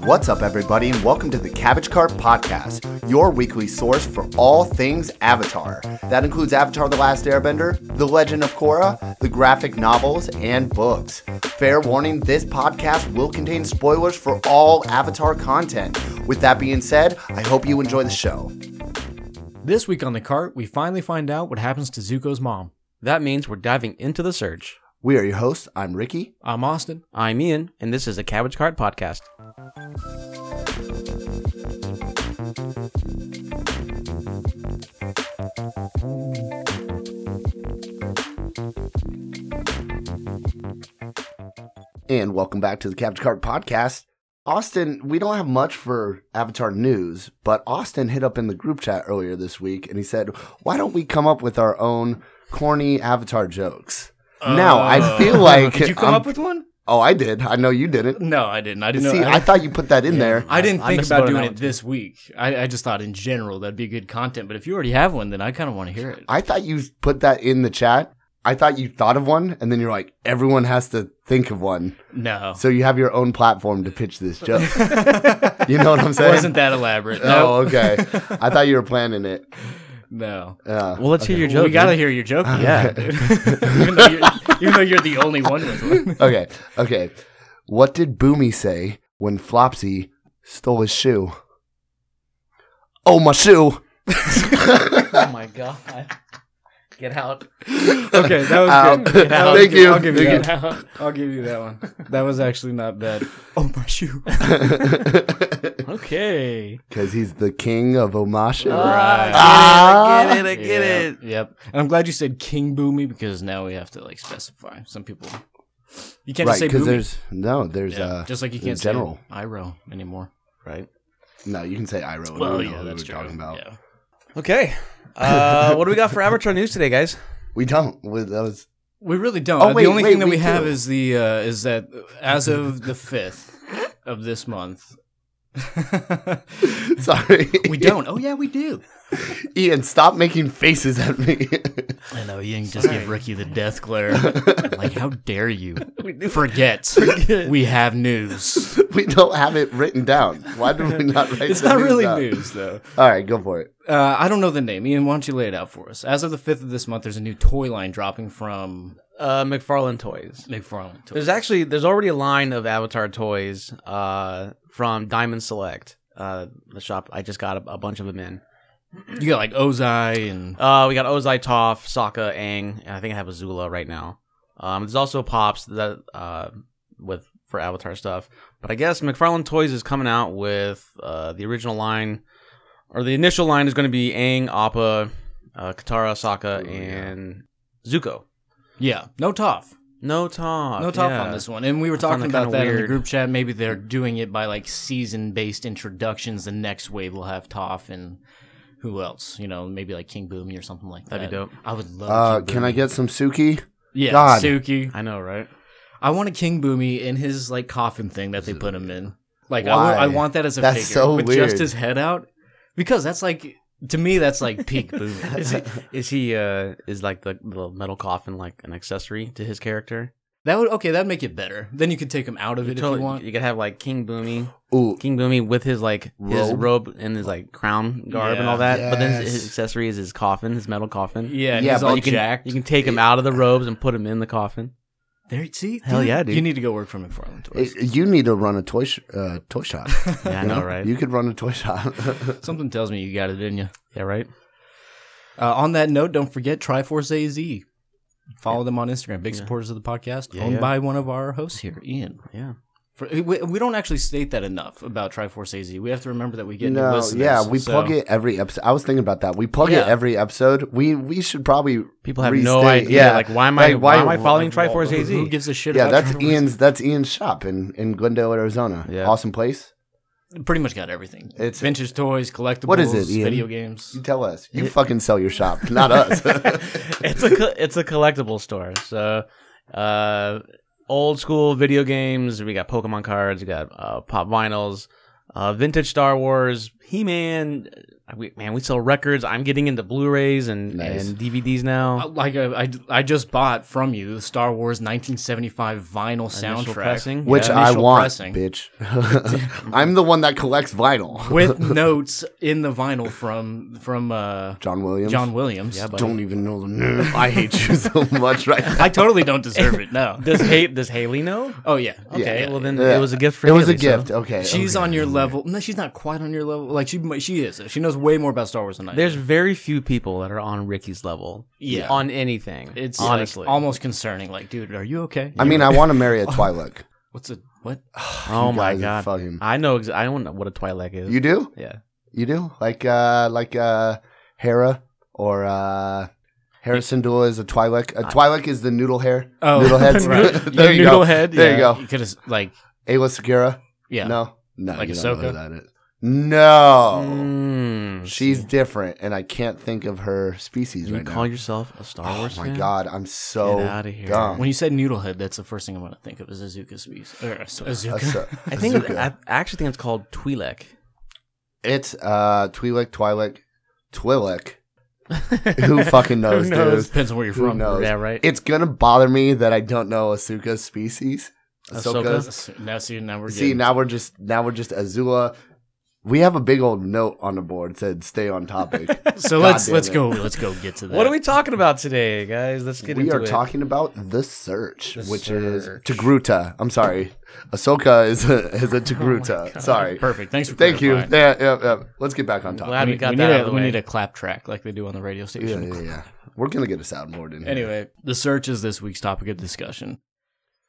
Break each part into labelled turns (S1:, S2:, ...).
S1: What's up, everybody, and welcome to the Cabbage Cart Podcast, your weekly source for all things Avatar. That includes Avatar The Last Airbender, The Legend of Korra, the graphic novels, and books. Fair warning this podcast will contain spoilers for all Avatar content. With that being said, I hope you enjoy the show.
S2: This week on the cart, we finally find out what happens to Zuko's mom.
S3: That means we're diving into the search.
S1: We are your hosts. I'm Ricky.
S2: I'm Austin.
S3: I'm Ian, and this is the Cabbage Cart Podcast.
S1: And welcome back to the Cabbage Cart Podcast. Austin, we don't have much for Avatar news, but Austin hit up in the group chat earlier this week and he said, Why don't we come up with our own corny Avatar jokes? now, I feel like.
S4: Uh. Did you come
S1: I'm-
S4: up with one?
S1: Oh, I did. I know you didn't.
S4: No, I didn't. I didn't
S1: See,
S4: know.
S1: I, thought you put that in there.
S4: I didn't
S3: I
S4: think
S3: missed
S4: about
S3: out on
S4: doing
S3: that
S4: it this week. I, I just thought in general that'd be good content. But if you already have one, then I kind of want to hear it.
S1: I thought you put that in the chat. I thought you thought of one, and then you're like, everyone has to think of one.
S4: No,
S1: So you have your own platform to pitch this joke. you know what I'm saying?
S4: wasn't that elaborate?
S1: Oh,
S4: No,
S1: okay. I thought you were planning it.
S4: no.
S1: Yeah.
S3: Well, let's hear your
S4: Well,
S3: joke.
S4: we gotta
S3: dude.
S4: hear your joke.
S3: Yeah.
S4: dude. even, though you're, even though you're the only one with one.
S1: okay, okay. What did Boomy say when Flopsy stole his shoe? Oh, my shoe!
S3: Oh my god! Get out!
S2: Okay, that was
S1: Ow.
S2: good. Get out.
S1: Thank you.
S2: I'll give you
S1: Thank
S2: that. I'll give you that one. That was actually not bad.
S3: Oh my shoe!
S4: Okay.
S1: Because he's the king of
S4: Uh,
S1: Omashu.
S4: Right.
S1: Ah.
S3: Oh, I get it! I get it!
S4: Yep. Yep. And I'm glad you said King Boomy because now we have to like specify. Some people you can't
S1: Right,
S4: just say
S1: because
S4: Boomy.
S1: there's no, there's
S4: Yeah,
S1: uh,
S4: just like you can't
S1: general.
S4: say Iro anymore. Right.
S1: no, you can say Iro. and
S4: Well,
S1: we know
S4: yeah,
S1: who
S4: that's
S1: we're
S4: true.
S1: talking about.
S4: Yeah.
S3: Okay, uh, what do we got for Avatar news today, guys?
S1: We don't. We, that was
S4: We really don't.
S1: Oh,
S4: Uh,
S1: wait,
S4: the only
S1: wait,
S4: thing that
S1: we
S4: we, have
S1: do.
S4: is the uh, is that as of the fifth of this month,
S1: sorry.
S4: we don't. Oh yeah, we do.
S1: Ian, stop making faces at me.
S4: I know you can just give Ricky the death glare. like, how dare you forget, we have news?
S1: we don't have it written down. Why did we not write?
S4: It's
S1: the
S4: not
S1: news
S4: really
S1: down?
S4: news though.
S1: All right, go for it.
S4: Uh, I don't know the name. Ian, why don't you lay it out for us? As of the fifth of this month, there's a new toy line dropping from
S3: Uh, McFarlane Toys.
S4: McFarlane. Toys.
S3: There's actually there's already a line of Avatar toys uh, from Diamond Select, uh, the shop I just got a, a bunch of them in.
S4: You got like Ozai and
S3: Uh, we got Ozai Toph, Sokka, Aang, and I think I have Azula right now. Um, there's also Pops that uh, with for Avatar stuff. But I guess McFarlane Toys is coming out with uh, the original line, or the initial line is going to be Aang, Appa, uh, Katara, Sokka,
S1: Ooh, yeah.
S3: and Zuko.
S4: yeah, no Toph.
S3: No Toph.
S4: No top
S3: yeah.
S4: on this one. And we were
S3: I found
S4: talking
S3: that
S4: about
S3: kinda
S4: that in the
S3: weird.
S4: group chat. Maybe they're doing it by like season based introductions. The next wave will have Toph and who else? You know, maybe like King Boomy or something like that.
S3: That'd be dope.
S4: I would love
S1: Uh,
S4: King
S1: can I
S4: Boomy.
S1: get some Suki?
S4: Yeah,
S1: God.
S4: Suki.
S3: I know, right?
S4: I want a King Boomy in his like coffin thing that they put him in. Like I
S1: Why?
S4: wa- I want that as a
S1: That's
S4: figure
S1: so
S4: with
S1: weird.
S4: just his head out. Because that's like to me that's like peak Boomy.
S3: Is he, is he uh is like the little metal coffin like an accessory to his character?
S4: That would okay, that'd make it better. Then you could take him out of it if
S3: Totally-
S4: you want.
S3: could have like King Boomy,
S1: Ooh,
S3: King Boomy with his like his
S1: Robe?
S3: robe and his like crown garb and
S4: Yeah.
S3: all that. But then his,
S1: Yes.
S3: his accessory is his coffin, his metal coffin.
S4: Yeah, and
S1: Yeah,
S4: he's
S1: but
S4: all
S3: you can
S4: jacked.
S3: you can take him out of the robes and put him in the coffin.
S4: There, see,
S3: Hell yeah, dude.
S4: You need to go work for McFarland Toys.
S1: Hey, eh, you need to run a toy sh- uh, toy shop.
S3: Yeah, I know, right?
S1: You could run a toy shop.
S4: Something tells me you got it, didn't you?
S3: yeah, right.
S4: Uh, on that note, don't forget Triforce AZ. Follow them on Instagram. Big supporters of the podcast,
S3: Yeah,
S4: owned
S3: yeah.
S4: by one of our hosts here, Ian.
S3: Yeah.
S4: For, we, we don't actually state that enough about Triforce AZ. We have to remember that we get new
S1: no,
S4: listeners.
S1: yeah, we
S4: so-
S1: plug it every episode. I was thinking about that. We plug
S4: Yeah.
S1: it every episode. We we should probably
S3: People have
S1: restate-
S3: no idea.
S1: Yeah,
S3: Like, why am I?
S1: Like,
S3: why,
S1: why-
S3: am I following
S4: Well,
S3: Triforce
S4: who- Who
S3: AZ?
S4: gives a shit?
S1: yeah,
S4: about
S1: that's
S4: Triforce?
S1: Ian's. That's Ian's shop in in Glendale, Arizona.
S3: Yeah.
S1: awesome place.
S4: Pretty much got everything.
S1: It's-
S4: It's vintage toys, collectibles,
S1: What is it, Ian?
S4: video games.
S1: You tell us. You fucking sell your shop, not us.
S3: it's a co- it's a collectible store. So, uh, old school video games. We got Pokemon cards. We got uh, pop vinyls, uh, vintage Star Wars, He Man, I- we, man, we sell records. I'm getting into Blu-rays and,
S5: Nice.
S3: and DVDs now.
S4: Uh, Like I, I, I just bought from you the Star Wars 1975 vinyl
S3: Initial
S4: soundtrack,
S3: pressing,
S1: Which
S3: yeah.
S1: I
S4: initial
S1: want,
S4: pressing.
S1: bitch. I'm the one that collects vinyl.
S4: with notes in the vinyl from from uh,
S1: John Williams.
S4: John Williams. Yeah,
S1: Don't even know the name. I hate you so much right now.
S4: I totally don't deserve it. No.
S3: does Haley, does Haley know?
S4: Oh yeah.
S3: Okay,
S4: yeah.
S3: well then
S1: Yeah.
S3: it was a gift for.
S1: It was a
S3: Haley, so-
S1: gift. Okay.
S4: she's
S1: okay.
S4: on your level. No, she's not quite on your level. Like she, might- she is. She knows way more about Star Wars than I. do.
S3: There's very few people that are on Ricky's level.
S4: Yeah.
S3: On anything.
S4: it's like,
S3: honestly
S4: almost concerning. Like, dude, are you okay?
S1: I mean, I want to marry a Twi'lek.
S4: What's a what?
S3: Oh
S1: You
S3: my
S1: guys
S3: god.
S1: Fucking...
S3: I know. Ex- I don't know what a Twi'lek is.
S1: You do?
S3: yeah.
S1: You do? Like uh like uh Hera or uh Harrison Dula is a Twi'lek. A Twi'lek is the noodle hair.
S4: Oh,
S1: noodle heads.
S4: right.
S1: there you
S3: noodle
S1: go.
S3: head.
S1: There you go.
S4: You could have like
S1: Ayla Segura.
S4: yeah.
S1: No, no,
S4: Like
S1: you don't know who
S4: Ahsoka?
S1: that is. No,
S3: Mm,
S1: she's different, and I can't think of her species
S3: you
S1: right
S3: call
S1: now.
S3: yourself a Star
S1: Oh
S3: Wars
S1: my
S3: fan?
S1: god, I'm so
S3: Get outta here.
S1: dumb.
S4: When you said noodlehead, that's the first thing I want to think of is Azuka species. Or Az- Azuka.
S1: Ahso-
S3: I think
S1: Ahsoka.
S3: I I actually think it's called Twi'lek.
S1: it's uh Twi'lek, Twi'lek, Twi'lek. Who fucking knows,
S4: Who knows?
S1: dude?
S4: Depends on where you're
S1: Who
S4: from.
S1: knows?
S3: Yeah, right.
S1: It's gonna bother me that I don't know Asuka's species.
S3: Ahsoka?
S1: Ahsoka's.
S4: That's- Now see, now we're
S1: See,
S4: getting-
S1: now we're just now we're just Azula. We have a big old note on the board that said "Stay on topic."
S4: so
S1: God
S4: let's
S1: damn
S4: let's
S1: it.
S4: go let's go get to that.
S3: what are we talking about today, guys? Let's get
S1: we
S3: into
S1: are
S3: it.
S1: talking about the search,
S3: The
S1: which is
S3: Search. Oh
S1: Togruta. I'm sorry, Ahsoka is a, is a Togruta. sorry.
S4: Perfect. Thanks for
S1: Thank you.
S4: clarifying.
S1: Yeah, yeah, yeah. Let's get back on topic.
S3: Glad we,
S4: We,
S3: got
S4: we
S3: that
S4: need a,
S3: out of the
S4: we
S3: way.
S4: need a clap track like they do on the radio
S1: Yeah,
S4: station.
S1: yeah, yeah. We're gonna get a soundboard in here.
S4: Anyway, the search is this week's topic of discussion.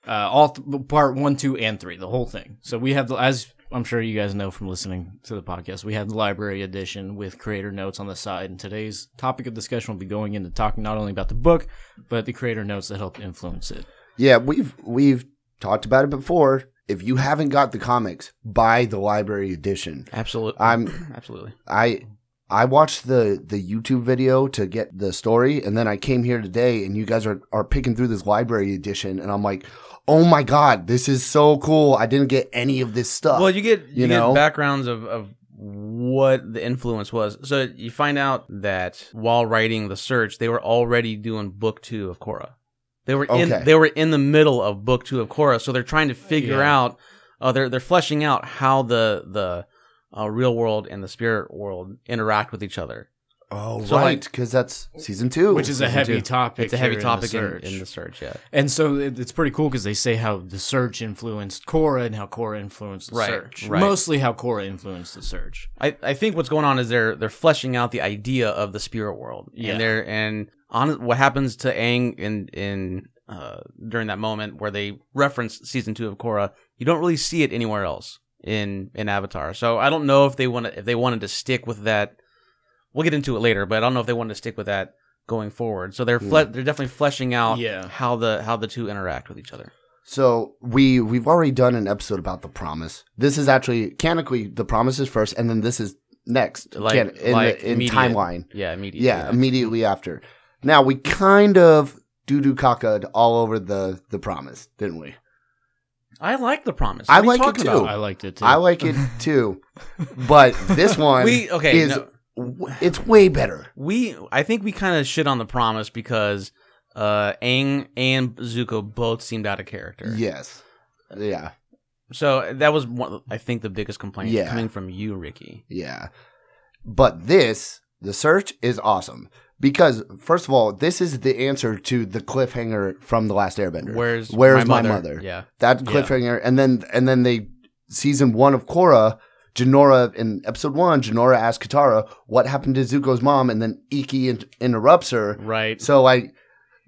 S4: Uh, all th- part one, two, and three, the whole thing. So we have the as I'm sure you guys know from listening to the podcast, we have the library edition with creator notes on the side. And today's topic of discussion will be going into talking not only about the book, but the creator notes that helped influence it.
S1: yeah, we've we've talked about it before. If you haven't got the comics, buy the library edition.
S3: Absolutely.
S1: I'm-
S3: absolutely.
S1: I I watched the the YouTube video to get the story, and then I came here today, and you guys are are picking through this library edition, and I'm like, oh my god, this is so cool! I didn't get any of this stuff.
S3: Well, you get
S1: Uh, you
S3: you, get
S1: know?
S3: backgrounds of, of what the influence was. So you find out that while writing the search, they were already doing book two of Korra. They were
S1: Okay.
S3: in they were in the middle of book two of Korra, so they're trying to figure
S4: Oh, Yeah.
S3: out. Uh, they're they're fleshing out how the the uh, real world and the spirit world interact with each other.
S1: oh
S3: so,
S1: right,
S3: like-
S1: because that's season two,
S4: Which is a
S3: season
S4: heavy
S3: two.
S4: topic.
S3: It's a heavy
S4: here in the
S3: topic in,
S4: search.
S3: in, the search. Yeah,
S4: And so it, it's pretty cool because they say how the Surge influenced Korra and how Korra influenced the
S3: Right,
S4: Surge.
S3: right.
S4: Mostly how Korra influenced the Surge.
S3: I, I think what's going on is they're they're fleshing out the idea of the spirit world.
S4: Yeah.
S3: and they're and on what happens to Aang in in uh, during that moment where they reference season two of Korra. You don't really see it anywhere else in in Avatar. So I don't know if they want if they wanted to stick with that. We'll get into it later, but I don't know if they wanted to stick with that going forward. So they're fle- they're definitely fleshing out
S4: Yeah.
S3: how the how the two interact with each other.
S1: So we we've already done an episode about the promise. This is actually canonically the promise is first, and then this is next,
S3: Like-
S1: can- in
S3: like
S1: the, in
S3: immediate.
S1: timeline.
S3: Yeah, immediately.
S1: Yeah, immediately after. Now we kind of doo doo cacaed all over the the promise, didn't we?
S3: I like the promise.
S1: I
S3: What are you
S1: like it
S3: talking
S1: too.
S3: about?
S4: I liked it too.
S1: I like it too, but this one
S3: We okay.
S1: is
S3: no.
S1: w- it's way better.
S3: we I think we kind of shit on the promise because uh Aang and Zuko both seemed out of character.
S1: Yes, yeah,
S3: So that was one I think the biggest complaint
S1: Yeah.
S3: coming from you, Ricky.
S1: yeah. But this the search is awesome because first of all, this is the answer to the cliffhanger from the Last Airbender.
S3: Where's
S1: Where's my mother?
S3: Yeah.
S1: that
S4: Yeah.
S1: cliffhanger, and then and then they season one of Korra, Janora in episode one, Janora asks Katara what happened to Zuko's mom, and then Iki in- interrupts her.
S3: Right.
S1: So like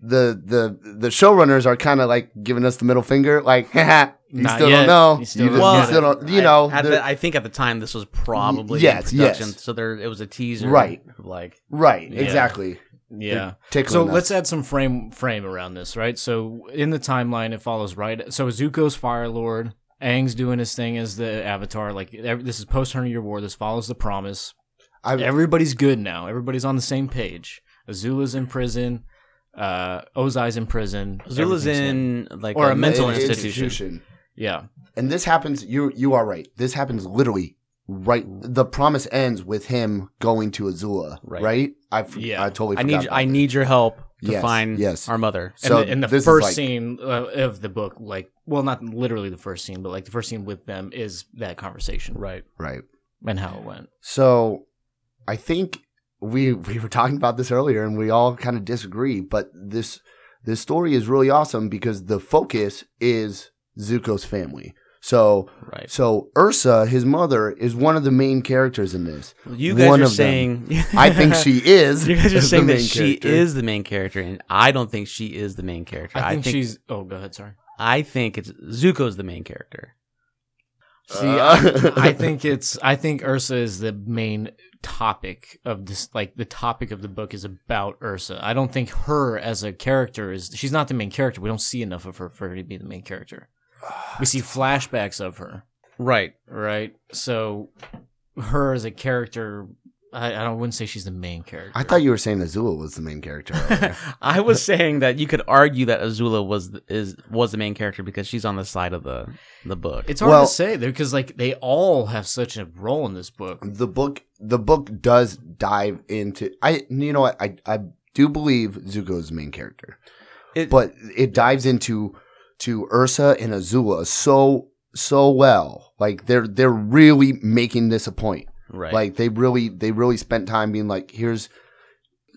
S1: the the the showrunners are kind of like giving us the middle finger, like haha, you
S4: Not
S1: still
S4: yet.
S1: don't know,
S4: You
S1: you,
S4: still
S1: don't-
S4: don't
S1: you
S4: get
S1: still
S4: it.
S1: don't, you
S3: I-
S1: know,
S3: at the-
S1: the-
S3: I think at the time this was probably in
S1: Yes, yes.
S3: production, so there it was a teaser,
S1: Right.
S3: Like
S1: right,
S4: Yeah.
S1: exactly.
S4: yeah.
S1: Tickling
S4: So
S1: us.
S4: let's add some frame frame around this, right? So in the timeline, it follows right. So Zuko's Fire Lord, Aang's doing his thing as the Avatar. Like ev this is post Hundred Year War. This follows the promise.
S1: I,
S4: Everybody's good now. Everybody's on the same page. Azula's in prison. Uh, Ozai's in prison.
S3: Zula's
S4: Everything's
S3: in like
S4: Or a
S1: the
S4: mental
S1: i-
S4: institution.
S3: institution.
S4: Yeah,
S1: and this happens. You you are right. This happens literally right the promise ends with him going to Azula, right?
S3: Right.
S1: I f-
S4: Yeah.
S1: I totally
S3: I
S1: forgot
S3: need
S1: about
S3: I
S1: that.
S3: need your help to
S1: Yes,
S3: find
S1: yes.
S3: our mother.
S1: So
S4: and the, and the
S1: this is
S4: first
S1: like-
S4: scene uh, of the book, like, well, not literally the first scene, but like the first scene with them is that conversation
S3: Right.
S1: right.
S4: and how it went.
S1: So I think we we were talking about this earlier and we all kind of disagree, but this this story is really awesome because the focus is Zuko's family. So
S3: Right.
S1: so Ursa, his mother, is one of the main characters in this.
S3: You guys
S1: One
S3: are
S1: of them.
S3: saying
S1: I think she is.
S3: You guys are
S1: the
S3: saying that
S1: main
S3: she
S1: character.
S3: is the main character, and I don't think she is the main character.
S4: I think, she's. Oh, go ahead. Sorry.
S3: I think it's Zuko's the main character.
S4: See,
S1: Uh.
S4: I, I think it's. I think Ursa is the main topic of this. Like the topic of the book is about Ursa. I don't think her as a character is. She's not the main character. We don't see enough of her for her to be the main character.
S1: Ah,
S4: We see flashbacks of her,
S3: Right.
S4: right? So, her as a character, I, I don't wouldn't say she's the main character.
S1: I thought you were saying Azula was the main character. earlier.
S3: I was saying that you could argue that Azula was the, is was the main character because she's on the side of the the book.
S4: It's hard
S1: Well-
S4: to say there because like they all have such a role in this book.
S1: the book the book does dive into I you know what I I do believe Zuko's the main character.
S3: It-
S1: but it dives into to Ursa and Azula so so well. Like they're they're really making this a point.
S3: right.
S1: Like they really they really spent time being like here's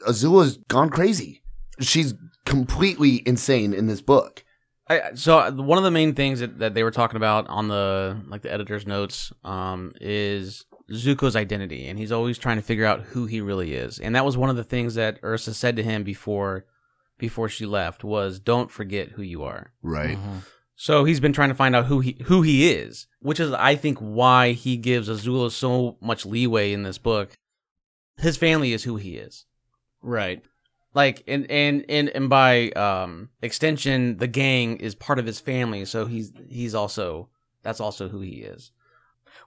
S1: Azula's gone crazy. She's completely insane in this book.
S3: I, so uh, one of the main things that, that they were talking about on the like the editor's notes um, is Zuko's identity, and he's always trying to figure out who he really is. And that was one of the things that Ursa said to him before before she left was, "Don't forget who you are."
S1: Right.
S4: Mhm.
S3: So he's been trying to find out who he who he is, which is I think why he gives Azula so much leeway in this book. His family is who he is.
S4: Right.
S3: Like and and and and by um extension, the gang is part of his family, so he's he's also that's also who he is.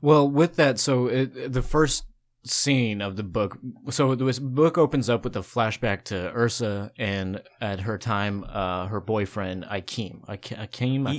S4: Well, with that, so it, the first scene of the book, so this book opens up with a flashback to Ursa and at her time, uh, her boyfriend Ikem. Ike- Ikem.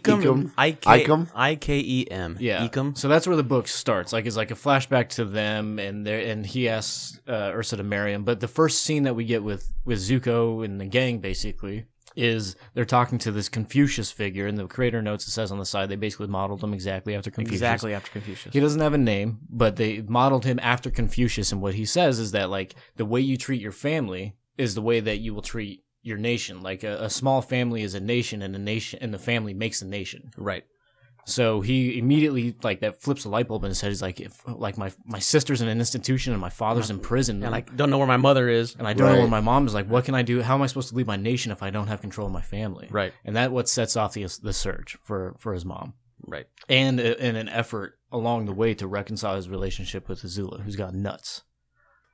S4: Ikem.
S3: Ikem,
S1: Ikem?
S3: I K
S1: Ikem?
S3: I K E M.
S4: Yeah.
S3: Ikem.
S4: So that's where the book starts. Like it's like a flashback to them, and there, and he asks uh, Ursa to marry him. But the first scene that we get with with Zuko and the gang basically is they're talking to this Confucius figure, and the creator notes it says on the side they basically modeled him exactly after Confucius.
S3: Exactly after Confucius.
S4: He doesn't have a name, but they modeled him after Confucius, and what he says is that like the way you treat your family is the way that you will treat your nation. Like a, a small family is a nation, and a nation and the family makes a nation.
S3: Right.
S4: So he immediately like that flips a light bulb in his head. He's like, if like my my sister's in an institution and my father's in prison,
S3: And
S4: and
S3: I
S4: like
S3: don't know where my mother is.
S4: and I don't know
S1: Right.
S4: where my mom is. Like, what can I do? How am I supposed to leave my nation if I don't have control of my family?
S3: Right.
S4: And that what sets off the the search for for his mom
S3: Right.
S4: and in an effort along the way to reconcile his relationship with Azula, who's gone nuts.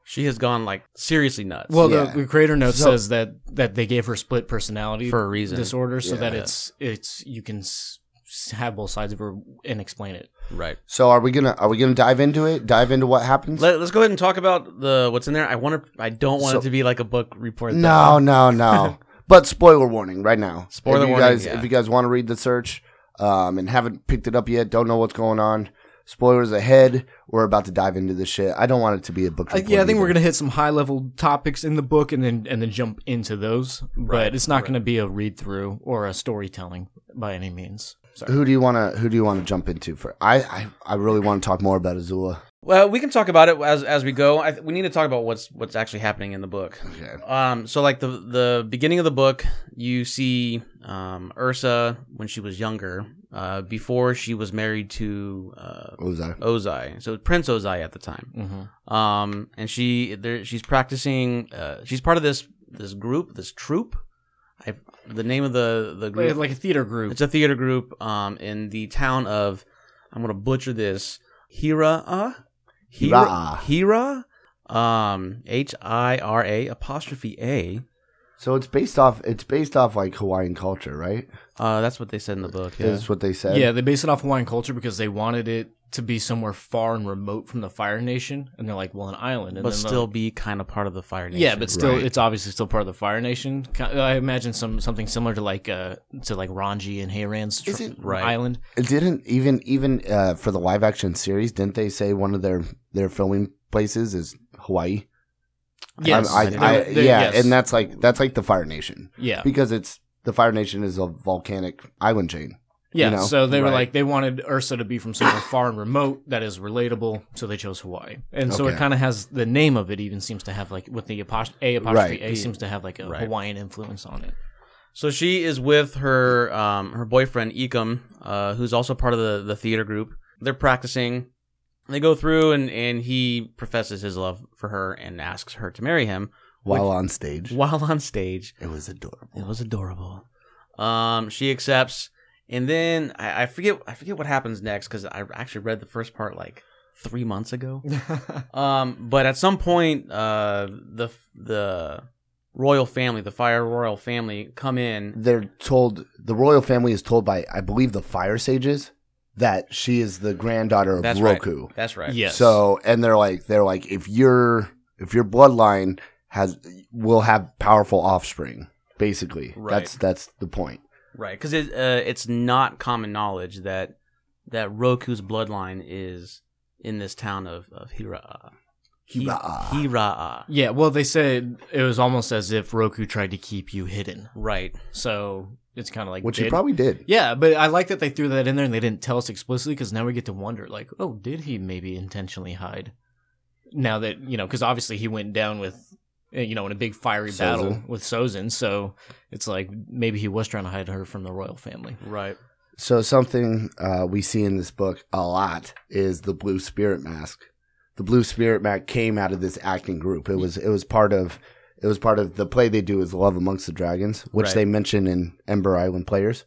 S3: She has gone like seriously nuts.
S4: Well,
S1: Yeah.
S4: the, the creator note
S1: So-
S4: says that that they gave her split personality
S3: for a reason.
S4: disorder so that
S1: Yeah.
S4: it's it's you can s- s- have both sides of her and explain it.
S3: Right.
S1: So are we gonna are we gonna dive into it? Dive into what happens?
S3: Let, us go ahead and talk about the what's in there. I want to. I don't want
S1: So-
S3: it to be like a book report.
S1: No, no, no. but spoiler warning right now.
S3: Spoiler
S1: if you
S3: warning,
S1: Guys,
S3: yeah.
S1: If you guys want to read the search um, and haven't picked it up yet, don't know what's going on. Spoilers ahead. We're about to dive into this shit. I don't want it to be a book.
S4: Uh,
S1: report
S4: yeah, I think
S1: either.
S4: we're gonna hit some high level topics in the book and then and then jump into those. but it's not gonna be a read through or a storytelling by any means. Sorry.
S1: Who do you want to Who do you want to jump into for? I I, I really want to talk more about Azula.
S3: Well, we can talk about it as as we go. I, th- we need to talk about what's what's actually happening in the book.
S1: Okay.
S3: Um, so like the the beginning of the book, you see um, Ursa when she was younger, uh, before she was married to uh,
S1: What was that?
S3: Ozai. So Prince Ozai at the time.
S4: Mm-hmm.
S3: um and she there she's practicing uh she's part of this this group this troupe i the name of the the group
S4: Like, like a theater group.
S3: it's a theater group um in the town of i'm gonna butcher this hira
S1: Hira.
S3: hira hira um h-i-r-a apostrophe a
S1: So it's based off. It's based off like Hawaiian culture, right?
S3: Uh, that's what they said in the book. Yeah.
S1: That's what they said.
S4: Yeah, they based it off Hawaiian culture because they wanted it to be somewhere far and remote from the Fire Nation, and they're like, well, an island, and
S3: but
S4: then the-
S3: still be kind of part of the Fire Nation.
S4: yeah, but still, it's obviously still part of the Fire Nation. Ki- uh, I imagine some something similar to like uh to like Ranji and Heiran's tr-
S1: Is it-
S3: Right.
S4: island.
S1: It didn't even even uh, for the live action series. Didn't they say one of their their filming places is Hawaii?
S4: Yes,
S1: I,
S4: They're-
S1: I, I,
S4: they're-
S1: yeah,
S4: yes.
S1: and that's like that's like the Fire Nation
S4: yeah,
S1: because it's the Fire Nation is a volcanic island chain.
S4: yeah.
S1: know,
S4: so they were
S1: right.
S4: like they wanted Ursa to be from somewhere far and remote that is relatable, so they chose Hawaii, and so
S1: Okay.
S4: it kind of has the name of it even seems to have like with the apost- a apostrophe
S1: Right.
S4: a seems to have like a
S3: Right.
S4: Hawaiian influence on it.
S3: So she is with her um, her boyfriend Ekum, uh, who's also part of the, the theater group. They're practicing. They go through, and, and he professes his love for her and asks her to marry him
S1: While on stage,
S3: while on stage.
S1: it was adorable.
S3: It was adorable. Um, she accepts, and then I, I forget I forget what happens next because I actually read the first part like three months ago. Um, but at some point, uh, the the royal family, the fire royal family, come in.
S1: They're told the royal family is told by I believe the Fire Sages that she is the granddaughter of
S3: That's
S1: Roku.
S3: right. That's right.
S4: Yes.
S1: So and they're like they're like if your if your bloodline has will have powerful offspring basically.
S3: Right.
S1: That's that's the point.
S3: Right, because it, uh, it's not common knowledge that that Roku's bloodline is in this town of of Hira.
S1: Hiraa.
S3: Hira.
S4: yeah, well, they said it was almost as if Roku tried to keep you hidden,
S3: Right.
S4: so it's kind of like
S1: Which
S4: did-
S1: he probably did.
S4: Yeah, but I like that they threw that in there and they didn't tell us explicitly because now we get to wonder, like, oh, did he maybe intentionally hide? Now that you know, because obviously he went down with, uh, you know, in a big fiery
S1: Sozin.
S4: battle with Sozin, so it's like maybe he was trying to hide her from the royal family.
S3: Right.
S1: So something uh, we see in this book a lot is the blue spirit mask. The blue spirit mask came out of this acting group. It was it was part of it was part of the play they do is Love Amongst the Dragons, which
S3: Right.
S1: they mention in Ember Island Players.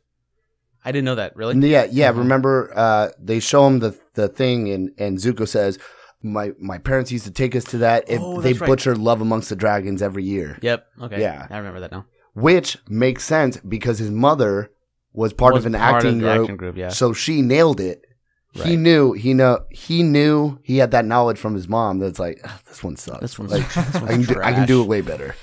S3: I didn't know that. Really. Uh-huh.
S1: yeah, yeah.
S4: Mhm.
S1: Remember, uh, they show him the the thing, and and Zuko says, "My my parents used to take us to that. If
S3: Oh,
S1: they
S3: that's right.
S1: butcher Love Amongst the Dragons every year,
S3: Yep. Okay.
S1: Yeah.
S3: I remember that now.
S1: which makes sense because his mother was part
S3: Was
S1: of an
S3: part
S1: acting
S3: the
S1: group,
S3: Acting group. Yeah.
S1: so she nailed it. He
S3: Right.
S1: knew he know he knew he had that knowledge from his mom. That's like "Ah, this one sucks.
S3: This one's,
S1: like,
S3: this one's
S1: I can do, I can do it
S3: trash.
S1: way better.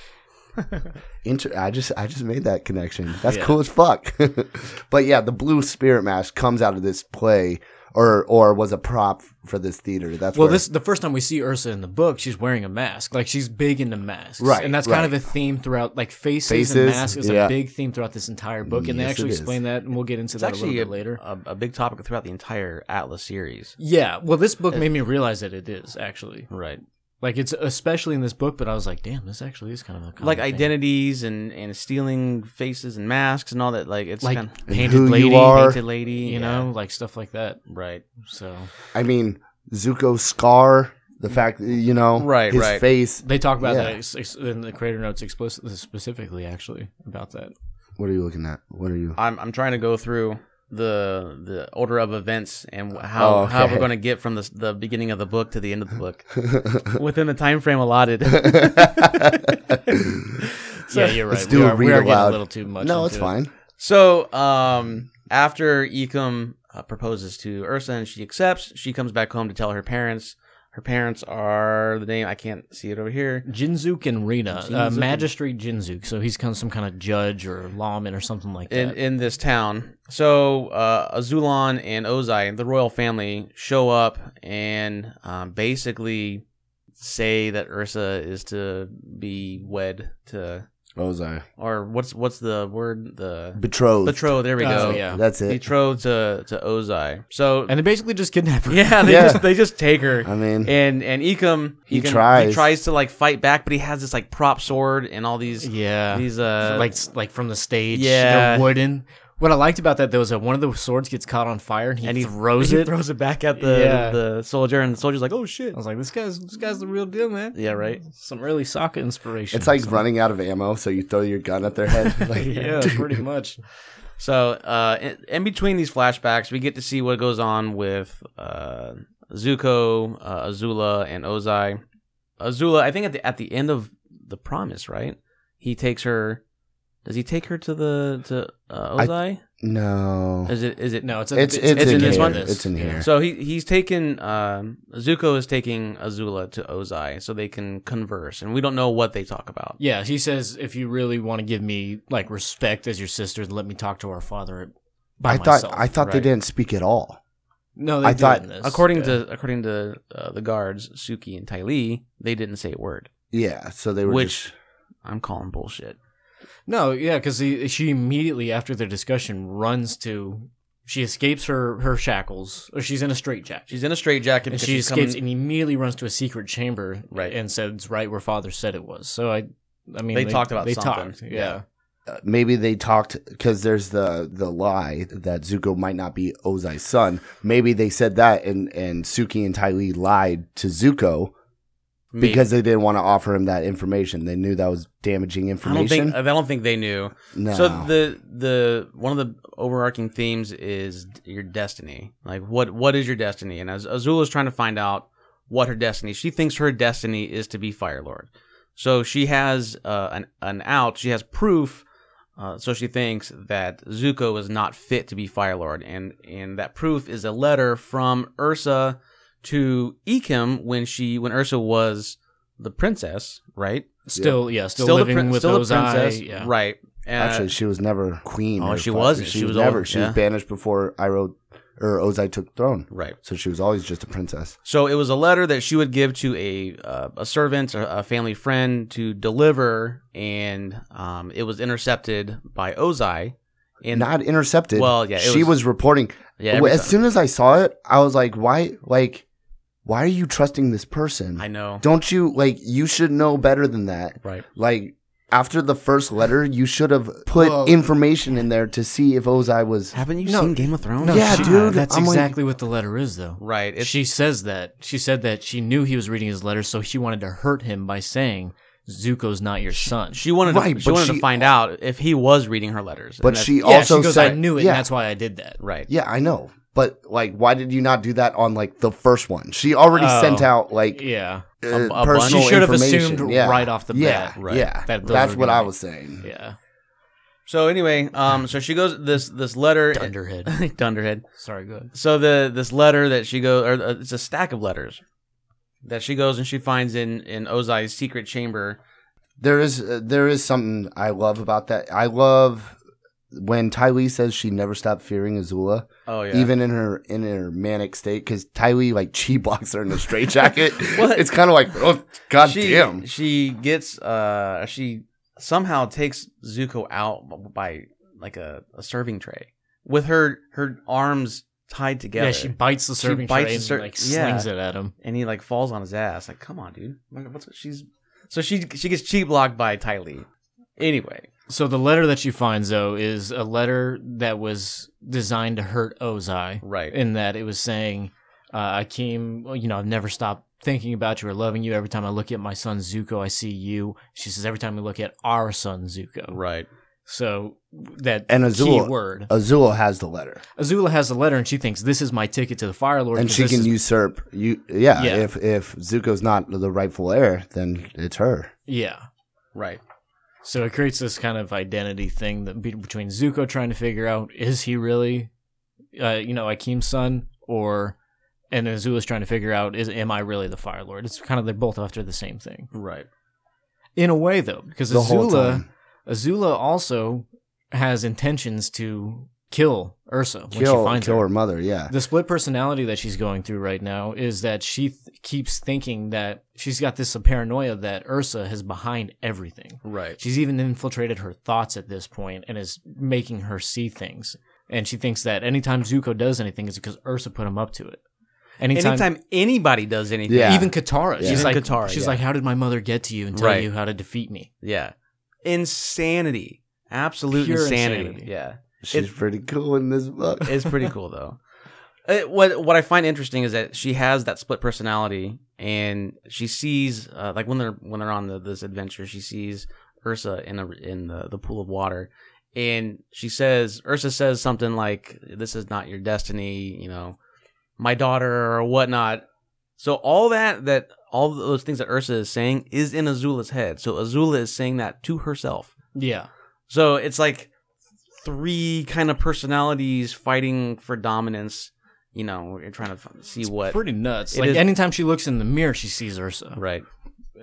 S1: Inter- I just I just made that connection. That's
S4: Yeah.
S1: cool as fuck. but yeah, the blue spirit mask comes out of this play, or or was a prop for this theater. That's
S4: Well,
S1: where-
S4: this the first time we see Ursa in the book, she's wearing a mask. Like she's big into masks,
S1: Right,
S4: And that's
S1: right.
S4: kind of a theme throughout. Like faces, and
S1: Faces,
S4: masks is
S1: yeah.
S4: a big theme throughout this entire book, and they
S1: Yes, it
S4: actually
S1: is.
S4: explain that, and we'll get into
S3: It's
S4: that a
S3: actually
S4: little
S3: a,
S4: bit later.
S3: a, a big topic throughout the entire Atlas series.
S4: yeah, well, this book made me realize that it is actually.
S3: Right.
S4: Like it's especially in this book, but I was like, damn, this actually is kind of a common
S3: Like
S4: thing.
S3: identities and and stealing faces and masks and all that. Like it's
S4: like
S3: kind of,
S1: And
S4: painted
S1: who you
S4: lady,
S1: are.
S3: painted lady.
S4: you
S3: yeah.
S4: know, like stuff like that.
S3: Right.
S4: So
S1: I mean Zuko's scar, the fact that, you know,
S3: Right,
S1: his
S3: right.
S1: face.
S4: they talk about
S1: Yeah.
S4: that ex- ex- in the creator notes explicitly, specifically, actually about that.
S1: What are you looking at? What are you?
S3: I'm I'm trying to go through the the order of events and wh- how
S1: Oh,
S3: how
S1: okay.
S3: we're going to get from the the beginning of the book to the end of the book within the time frame allotted.
S4: yeah, you're right.
S1: Let's do
S4: we
S1: a
S4: are, we
S1: read
S4: are getting
S1: aloud.
S4: a little too much.
S1: no,
S4: into
S1: it's
S4: it.
S1: fine.
S3: so, um after Ecom uh, proposes to Ursa and she accepts, she comes back home to tell her parents. Her parents are the name I can't see it over here.
S4: Jinzook and Rena,
S3: Jinzook
S4: uh,
S3: and-
S4: magistrate Jinzook. So he's kind of some kind of judge or lawman or something like
S3: In,
S4: that.
S3: in this town, so uh, Azulon and Ozai, the royal family, show up and um, basically say that Ursa is to be wed to,
S1: What was I
S3: or what's what's the word? The
S1: betrothed?
S3: betrothed. There we
S4: Oh,
S3: go.
S4: yeah.
S1: That's it.
S3: Betrothed to to Ozai. So
S4: and they basically just kidnap her.
S3: yeah, they
S1: Yeah.
S3: just they just take her.
S1: I mean,
S3: and and Ecom
S1: He
S3: Ecom-
S1: tries.
S3: he tries to like fight back, but he has this like prop sword and all these
S4: yeah.
S3: these uh
S4: like s- like from the stage.
S3: Yeah.
S4: they're wooden. What I liked about that though is that one of the swords gets caught on fire and he,
S3: and he
S4: throws
S3: he
S4: it.
S3: throws it back at the
S4: Yeah.
S3: the soldier, and the soldier's like, oh shit.
S4: I was like, this guy's this guy's the real deal, man.
S3: Yeah, right.
S4: Some early soccer inspiration.
S1: it's like
S4: So-
S1: running out of ammo, so you throw your gun at their head. Like,
S4: yeah, pretty much.
S3: So uh, in, in between these flashbacks, we get to see what goes on with uh, Zuko, uh, Azula, and Ozai. Azula, I think at the at the end of the promise, right? he takes her. Does he take her to the to uh,
S1: I-
S3: Ozai?
S1: No,
S3: Is it is it
S4: No, it's a,
S1: it's it's,
S3: it's
S1: in,
S3: in this
S1: here.
S3: one?
S1: It's in here.
S3: So he he's taken um, Zuko is taking Azula to Ozai so they can converse, and we don't know what they talk about.
S4: Yeah, he says if you really want to give me like respect as your sister, then let me talk to our father by
S1: I
S4: myself.
S1: thought I thought they
S3: right.
S1: didn't speak at all.
S4: no, they
S1: I
S4: did
S1: thought-
S4: in this.
S3: According
S4: Yeah.
S3: to according to uh, the guards, Suki and Ty Lee, they didn't say a word,
S1: Yeah, so they were
S3: which
S1: just
S3: I'm calling bullshit.
S4: no, yeah, because she immediately after their discussion runs to she escapes her her shackles or she's in a straitjacket.
S3: She's in a straitjacket
S4: and
S3: because
S4: she
S3: she's
S4: escapes
S3: coming-
S4: and immediately runs to a secret chamber
S3: Right.
S4: and says right where father said it was. So I I mean
S3: They talked about
S4: they
S3: something.
S4: talked.
S3: Yeah.
S4: Yeah.
S1: uh, maybe they talked because there's the the lie that Zuko might not be Ozai's son. Maybe they said that, and and Suki and Ty Lee lied to Zuko
S3: Maybe.
S1: because they didn't want to offer him that information. They knew that was damaging
S3: I don't
S1: information.
S3: think I don't think they knew.
S1: no.
S3: So the the one of the overarching themes is your destiny. Like what what is your destiny? And as Azula is trying to find out what her destiny, she thinks her destiny is to be Fire Lord. So she has uh, an an out. She has proof. Uh, so she thinks that Zuko is not fit to be Fire Lord, and and that proof is a letter from Ursa to Ikem when she when Ursa was the princess, right?
S4: Still yeah, still,
S3: the
S4: living
S3: prin-
S4: with
S3: still the
S4: those eyes. Yeah.
S3: right? And-
S1: Actually, she was never queen.
S3: Oh,
S1: or
S3: she
S1: father.
S3: wasn't.
S1: She,
S3: She
S1: was,
S3: was
S1: never.
S3: old,
S1: she
S3: yeah.
S1: was banished before Iroh or Ozai took throne.
S3: right.
S1: So she was always just a princess.
S3: So it was a letter that she would give to a uh, a servant, a, a family friend, to deliver, and um, it was intercepted by Ozai. And
S1: Not intercepted.
S3: Well, yeah, it
S1: she was,
S3: was-
S1: reporting.
S3: yeah, every
S1: as
S3: time.
S1: soon as I saw it, I was like, "Why? Like, why are you trusting this person?
S3: I know,
S1: Don't you like? You should know better than that.
S3: right?
S1: Like." After the first letter, you should have put
S4: Well-
S1: information in there to see if Ozai was.
S3: Haven't you
S4: No.
S3: seen Game of Thrones?
S1: No, uh, Yeah,
S4: she-
S1: dude,
S4: That's
S1: I'm like-
S4: exactly what the letter is though.
S3: right. It's,
S4: she says that. She said that she knew he was reading his letter, so she wanted to hurt him by saying, Zuko's not your son.
S3: she wanted to,
S1: Right,
S3: she
S1: but
S3: wanted
S1: she-
S3: to find out if he was reading her letters. and
S1: But
S3: that's-
S1: she
S4: yeah,
S1: also
S4: she goes,
S1: said,
S4: I knew it,
S1: Yeah,
S4: and that's why I did that.
S3: right.
S1: yeah, I know. But like, why did you not do that on like the first one? She already
S4: Oh.
S1: sent out like
S4: Yeah.
S1: uh,
S3: A- a bunch.
S1: personal
S3: She
S4: should have
S1: information.
S4: assumed
S1: yeah.
S4: right off the
S1: yeah,
S4: bat.
S3: right,
S1: Yeah,
S4: that those
S1: that's
S4: were
S1: what
S4: gonna
S1: I
S4: be-
S1: was saying.
S4: Yeah.
S3: So anyway, um, so she goes this this letter.
S4: Dunderhead.
S3: Dunderhead.
S4: Sorry, go ahead.
S3: So the this letter that she goes, or uh, it's a stack of letters that she goes and she finds in in Ozai's secret chamber.
S1: There is uh, there is something I love about that. I love when Ty Lee says she never stopped fearing Azula,
S3: Oh yeah,
S1: even in her in her manic state, because Ty Lee like chi blocks her in a straitjacket.
S3: What?
S1: it's kind of like oh god
S3: she,
S1: damn.
S3: She gets uh she somehow takes Zuko out by like a, a serving tray with her her arms tied together.
S4: Yeah, she bites the
S3: She
S4: serving
S3: bites
S4: tray
S3: the
S4: and
S3: ser-
S4: like
S3: yeah.
S4: slings it at him.
S3: and he like falls on his ass. Like, come on, dude. Like, what's she's so she she gets cheat blocked by Ty Lee. Anyway,
S4: So the letter that she finds though is a letter that was designed to hurt Ozai.
S3: right.
S4: in that it was saying, uh, Akeem, you know, I've never stopped thinking about you or loving you. Every time I look at my son Zuko, I see you. She says, every time we look at our son Zuko.
S3: right.
S4: So that
S1: And
S4: key
S1: Azula-
S4: word.
S1: Azula has the letter,
S4: Azula has a letter and she thinks this is my ticket to the Fire Lord.
S1: and
S4: 'cause
S1: she
S4: this
S1: can
S4: is-
S1: usurp you. Yeah,
S4: Yeah.
S1: if if Zuko's not the rightful heir, then it's her.
S4: yeah.
S3: Right.
S4: So it creates this kind of identity thing that be- between Zuko trying to figure out is he really, uh, you know, Akeem's son or. And Azula's trying to figure out is am I really the Fire Lord? It's kind of they're both after the same thing.
S3: Right.
S4: In a way though, because
S1: The whole
S4: Azula
S1: time.
S4: Azula also has intentions to kill Ursa when she
S1: Kill,
S4: finds
S1: kill
S4: her.
S1: her mother. Yeah,
S4: The split personality that she's going through right now is that she th- keeps thinking that she's got this paranoia that Ursa is behind everything.
S3: Right.
S4: She's even infiltrated her thoughts at this point and is making her see things. And she thinks that anytime Zuko does anything, it's because Ursa put him up to it. Anytime,
S3: Anytime anybody does anything,
S1: Yeah.
S4: even Katara,
S1: Yeah.
S4: she's
S3: Even
S4: like,
S3: Katara,
S4: she's
S3: yeah.
S4: like, how did my mother get to you and tell
S3: Right.
S4: you how to defeat me?
S3: Yeah. Insanity. Absolute
S4: Pure
S3: insanity.
S4: insanity.
S3: Yeah.
S1: she's pretty cool in this book.
S3: It's pretty cool though. It, what what I find interesting is that she has that split personality, and she sees uh, like when they're when they're on the, this adventure, she sees Ursa in the in the, the pool of water, and she says Ursa says something like, "This is not your destiny," you know, my daughter or whatnot. So all that that all of those things that Ursa is saying is in Azula's head. So Azula is saying that to herself.
S4: Yeah.
S3: So it's like three kind of personalities fighting for dominance. You know, you're trying to f- see what
S4: Pretty nuts.
S3: It
S4: Like
S3: is-
S4: anytime she looks in the mirror, she sees Ursa,
S3: right.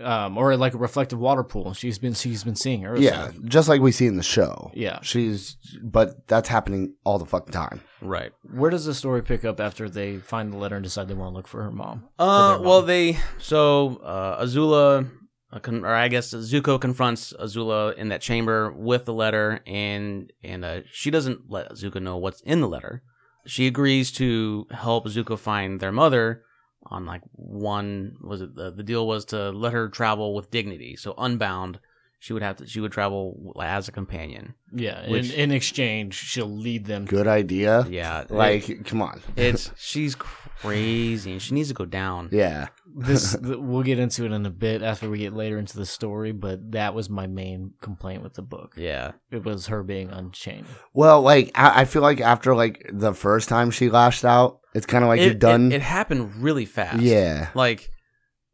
S4: um, or like a reflective water pool. She's been she's been seeing Ursa.
S1: Yeah, just like we see in the show.
S4: Yeah.
S1: She's, but that's happening all the fucking time.
S3: Right.
S4: Where does the story pick up after they find the letter and decide they want to look for her mom?
S3: Uh,
S4: For their
S3: well,
S4: mom.
S3: they so uh, Azula, uh, con- or I guess Zuko confronts Azula in that chamber with the letter, and and uh, she doesn't let Zuko know what's in the letter. She agrees to help Zuko find their mother. On like one was it the, the deal was to let her travel with dignity, so unbound. She would have to. She would travel as a companion.
S4: yeah.
S3: which-
S4: in, in exchange, she'll lead them.
S1: Good idea.
S3: Yeah,
S1: Like,
S3: it-
S1: come on.
S3: it's she's crazy, and she needs to go down.
S1: Yeah.
S4: this th- we'll get into it in a bit after we get later into the story, but that was my main complaint with the book.
S3: Yeah,
S4: It was her being unchained.
S1: Well, like, I, I feel like after, like, the first time she lashed out, it's kind of like
S3: it,
S1: you're done.
S3: It, it happened really fast.
S1: yeah.
S3: like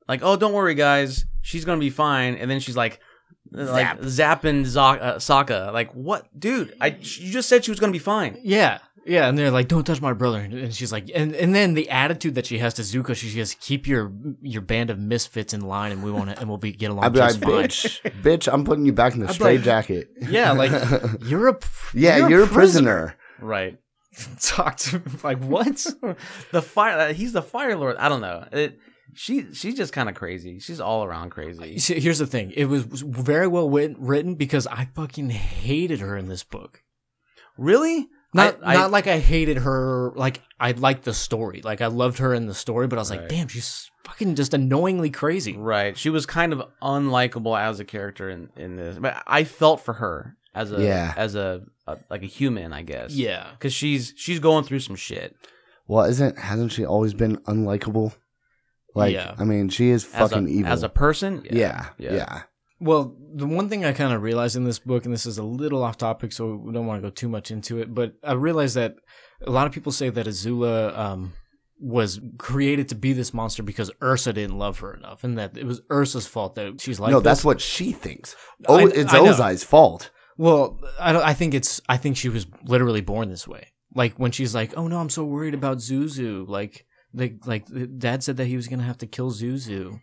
S3: like oh don't worry guys she's gonna be fine and then she's like like zapping Zo- uh, Sokka like what dude I you just said she was gonna be fine
S4: Yeah. Yeah, and they're like, "Don't touch my brother," and she's like, and and then the attitude that she has to Zuko, she says, "Keep your your band of misfits in line, and we won't, and we'll be get along
S1: I'd be like,
S4: just fine."
S1: bitch, bitch, I'm putting you back in the
S4: I'd be
S1: straight
S4: like-
S1: jacket.
S4: Yeah, like you're a
S1: yeah, you're, a prisoner.
S3: right
S4: Talk to like what?
S3: the fire uh, he's the fire lord I don't know it she she's just kind of crazy she's all around crazy
S4: See, Here's the thing: it was was very well wit- written because I fucking hated her in this book.
S3: really
S4: Not
S3: I- I-
S4: not like I hated her. Like I liked the story. Like I loved her in the story, but I was like,
S3: Right.
S4: damn, she's fucking just annoyingly crazy.
S3: right she was kind of unlikable as a character in in this but I felt for her as a
S1: Yeah.
S3: as a, a like a human I guess
S4: Yeah.
S3: because she's she's going through some shit
S1: Well, isn't hasn't she always been unlikable? Like,
S4: Yeah.
S1: I mean, she is
S3: as
S1: fucking
S3: a,
S1: evil.
S3: as a person
S1: yeah, yeah,
S3: yeah.
S4: Well, the one thing I kind of realized in this book, and this is a little off topic, so we don't want to go too much into it, but I realized that a lot of people say that Azula um, was created to be this monster because Ursa didn't love her enough, and that it was Ursa's fault that she's like
S1: no,
S4: this.
S1: that's what she thinks. Oh,
S4: I-
S1: it's
S4: I know.
S1: Ozai's fault.
S4: Well, I don't. I think it's. I think she was literally born this way. Like when she's like, "Oh no, I'm so worried about Zuzu." Like, like, like Dad said that he was gonna have to kill Zuzu,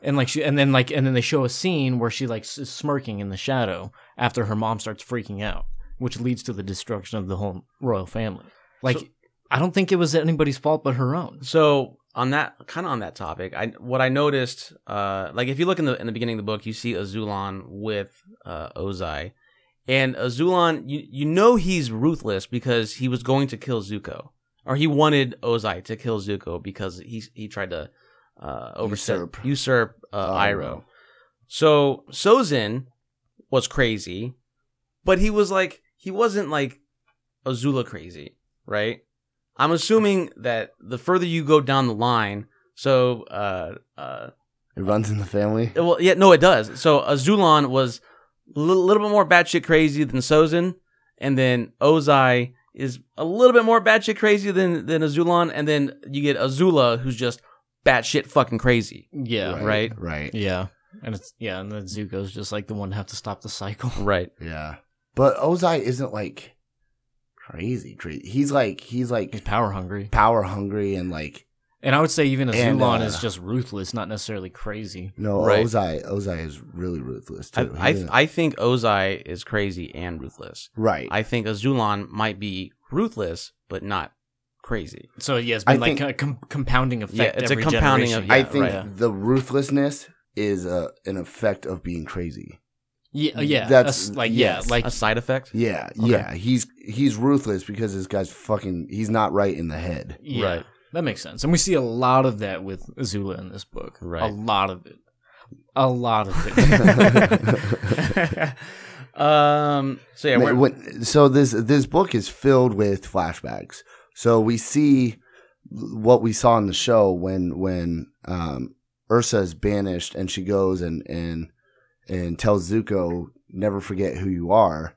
S4: and like she, and then like, and then they show a scene where she like is smirking in the shadow after her mom starts freaking out, which leads to the destruction of the whole royal family. Like,
S3: So-
S4: I don't think it was anybody's fault but her own.
S3: So on that kind of on that topic, I what I noticed, uh, like if you look in the in the beginning of the book, you see Azulon with uh, Ozai, and Azulon, you you know he's ruthless because he was going to kill Zuko, or he wanted Ozai to kill Zuko because he he tried to uh, overstep,
S1: Usurp.
S3: usurp uh,
S1: Iroh.
S3: Iroh. So Sozin was crazy, but he was like he wasn't like Azula crazy, right? I'm assuming that the further you go down the line, so uh, uh,
S1: It runs in the family.
S3: well, yeah, no, it does. So Azulon was a little, little bit more batshit crazy than Sozin, and then Ozai is a little bit more batshit crazy than than Azulon, and then you get Azula, who's just batshit fucking crazy,
S4: Yeah,
S3: Right.
S1: right,
S4: yeah, and it's yeah, and then Zuko's just like the one to have to stop the cycle.
S3: right?
S1: yeah. But Ozai isn't like crazy. crazy. He's like he's
S4: He's
S1: like
S4: power hungry.
S1: power hungry and like
S4: And I would say even a
S1: And,
S4: Zulon
S1: uh,
S4: is just ruthless, not necessarily crazy.
S1: no
S3: Right.
S1: Ozai. Ozai is really ruthless
S3: I,
S1: too. He
S3: I
S1: doesn't-
S3: I think Ozai is crazy and ruthless.
S1: right.
S3: I think Azulon might be ruthless, but not crazy.
S4: So yeah, it's
S1: I
S4: been like
S1: think-
S4: a com- compounding effect.
S3: it's a
S4: every
S3: compounding
S4: generation.
S3: of-
S1: I
S3: yeah,
S1: think
S3: right.
S1: the ruthlessness is a, an effect of being crazy.
S4: yeah, oh, yeah,
S1: that's-
S4: that's like yeah,
S1: yes.
S4: like
S3: A side effect,
S1: Yeah,
S3: Okay.
S1: yeah. He's he's ruthless because this guy's fucking. He's not right in the head.
S4: yeah,
S3: Right.
S4: That makes sense, and we see a lot of that with Azula in this book.
S3: Right.
S4: a lot of it, a lot of it.
S3: um. So yeah, we're,
S1: When- so this this book is filled with flashbacks. So we see what we saw in the show when when um, Ursa is banished and she goes and and and tells Zuko never forget who you are.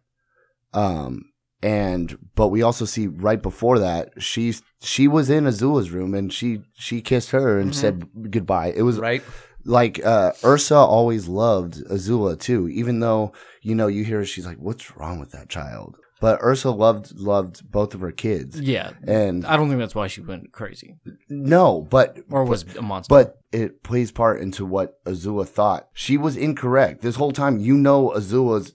S1: Um and but we also see right before that she she was in Azula's room and she she kissed her and
S3: Mhm.
S1: said goodbye. It was
S3: right.
S1: like uh, Ursa always loved Azula too, even though you know you hear she's like, "What's wrong with that child?" But Ursa loved loved both of her kids,
S4: Yeah.
S1: and
S4: I don't think that's why she went crazy
S1: no, but
S4: or was a monster.
S1: but it plays part into what Azula thought. She was incorrect this whole time. You know, Azula's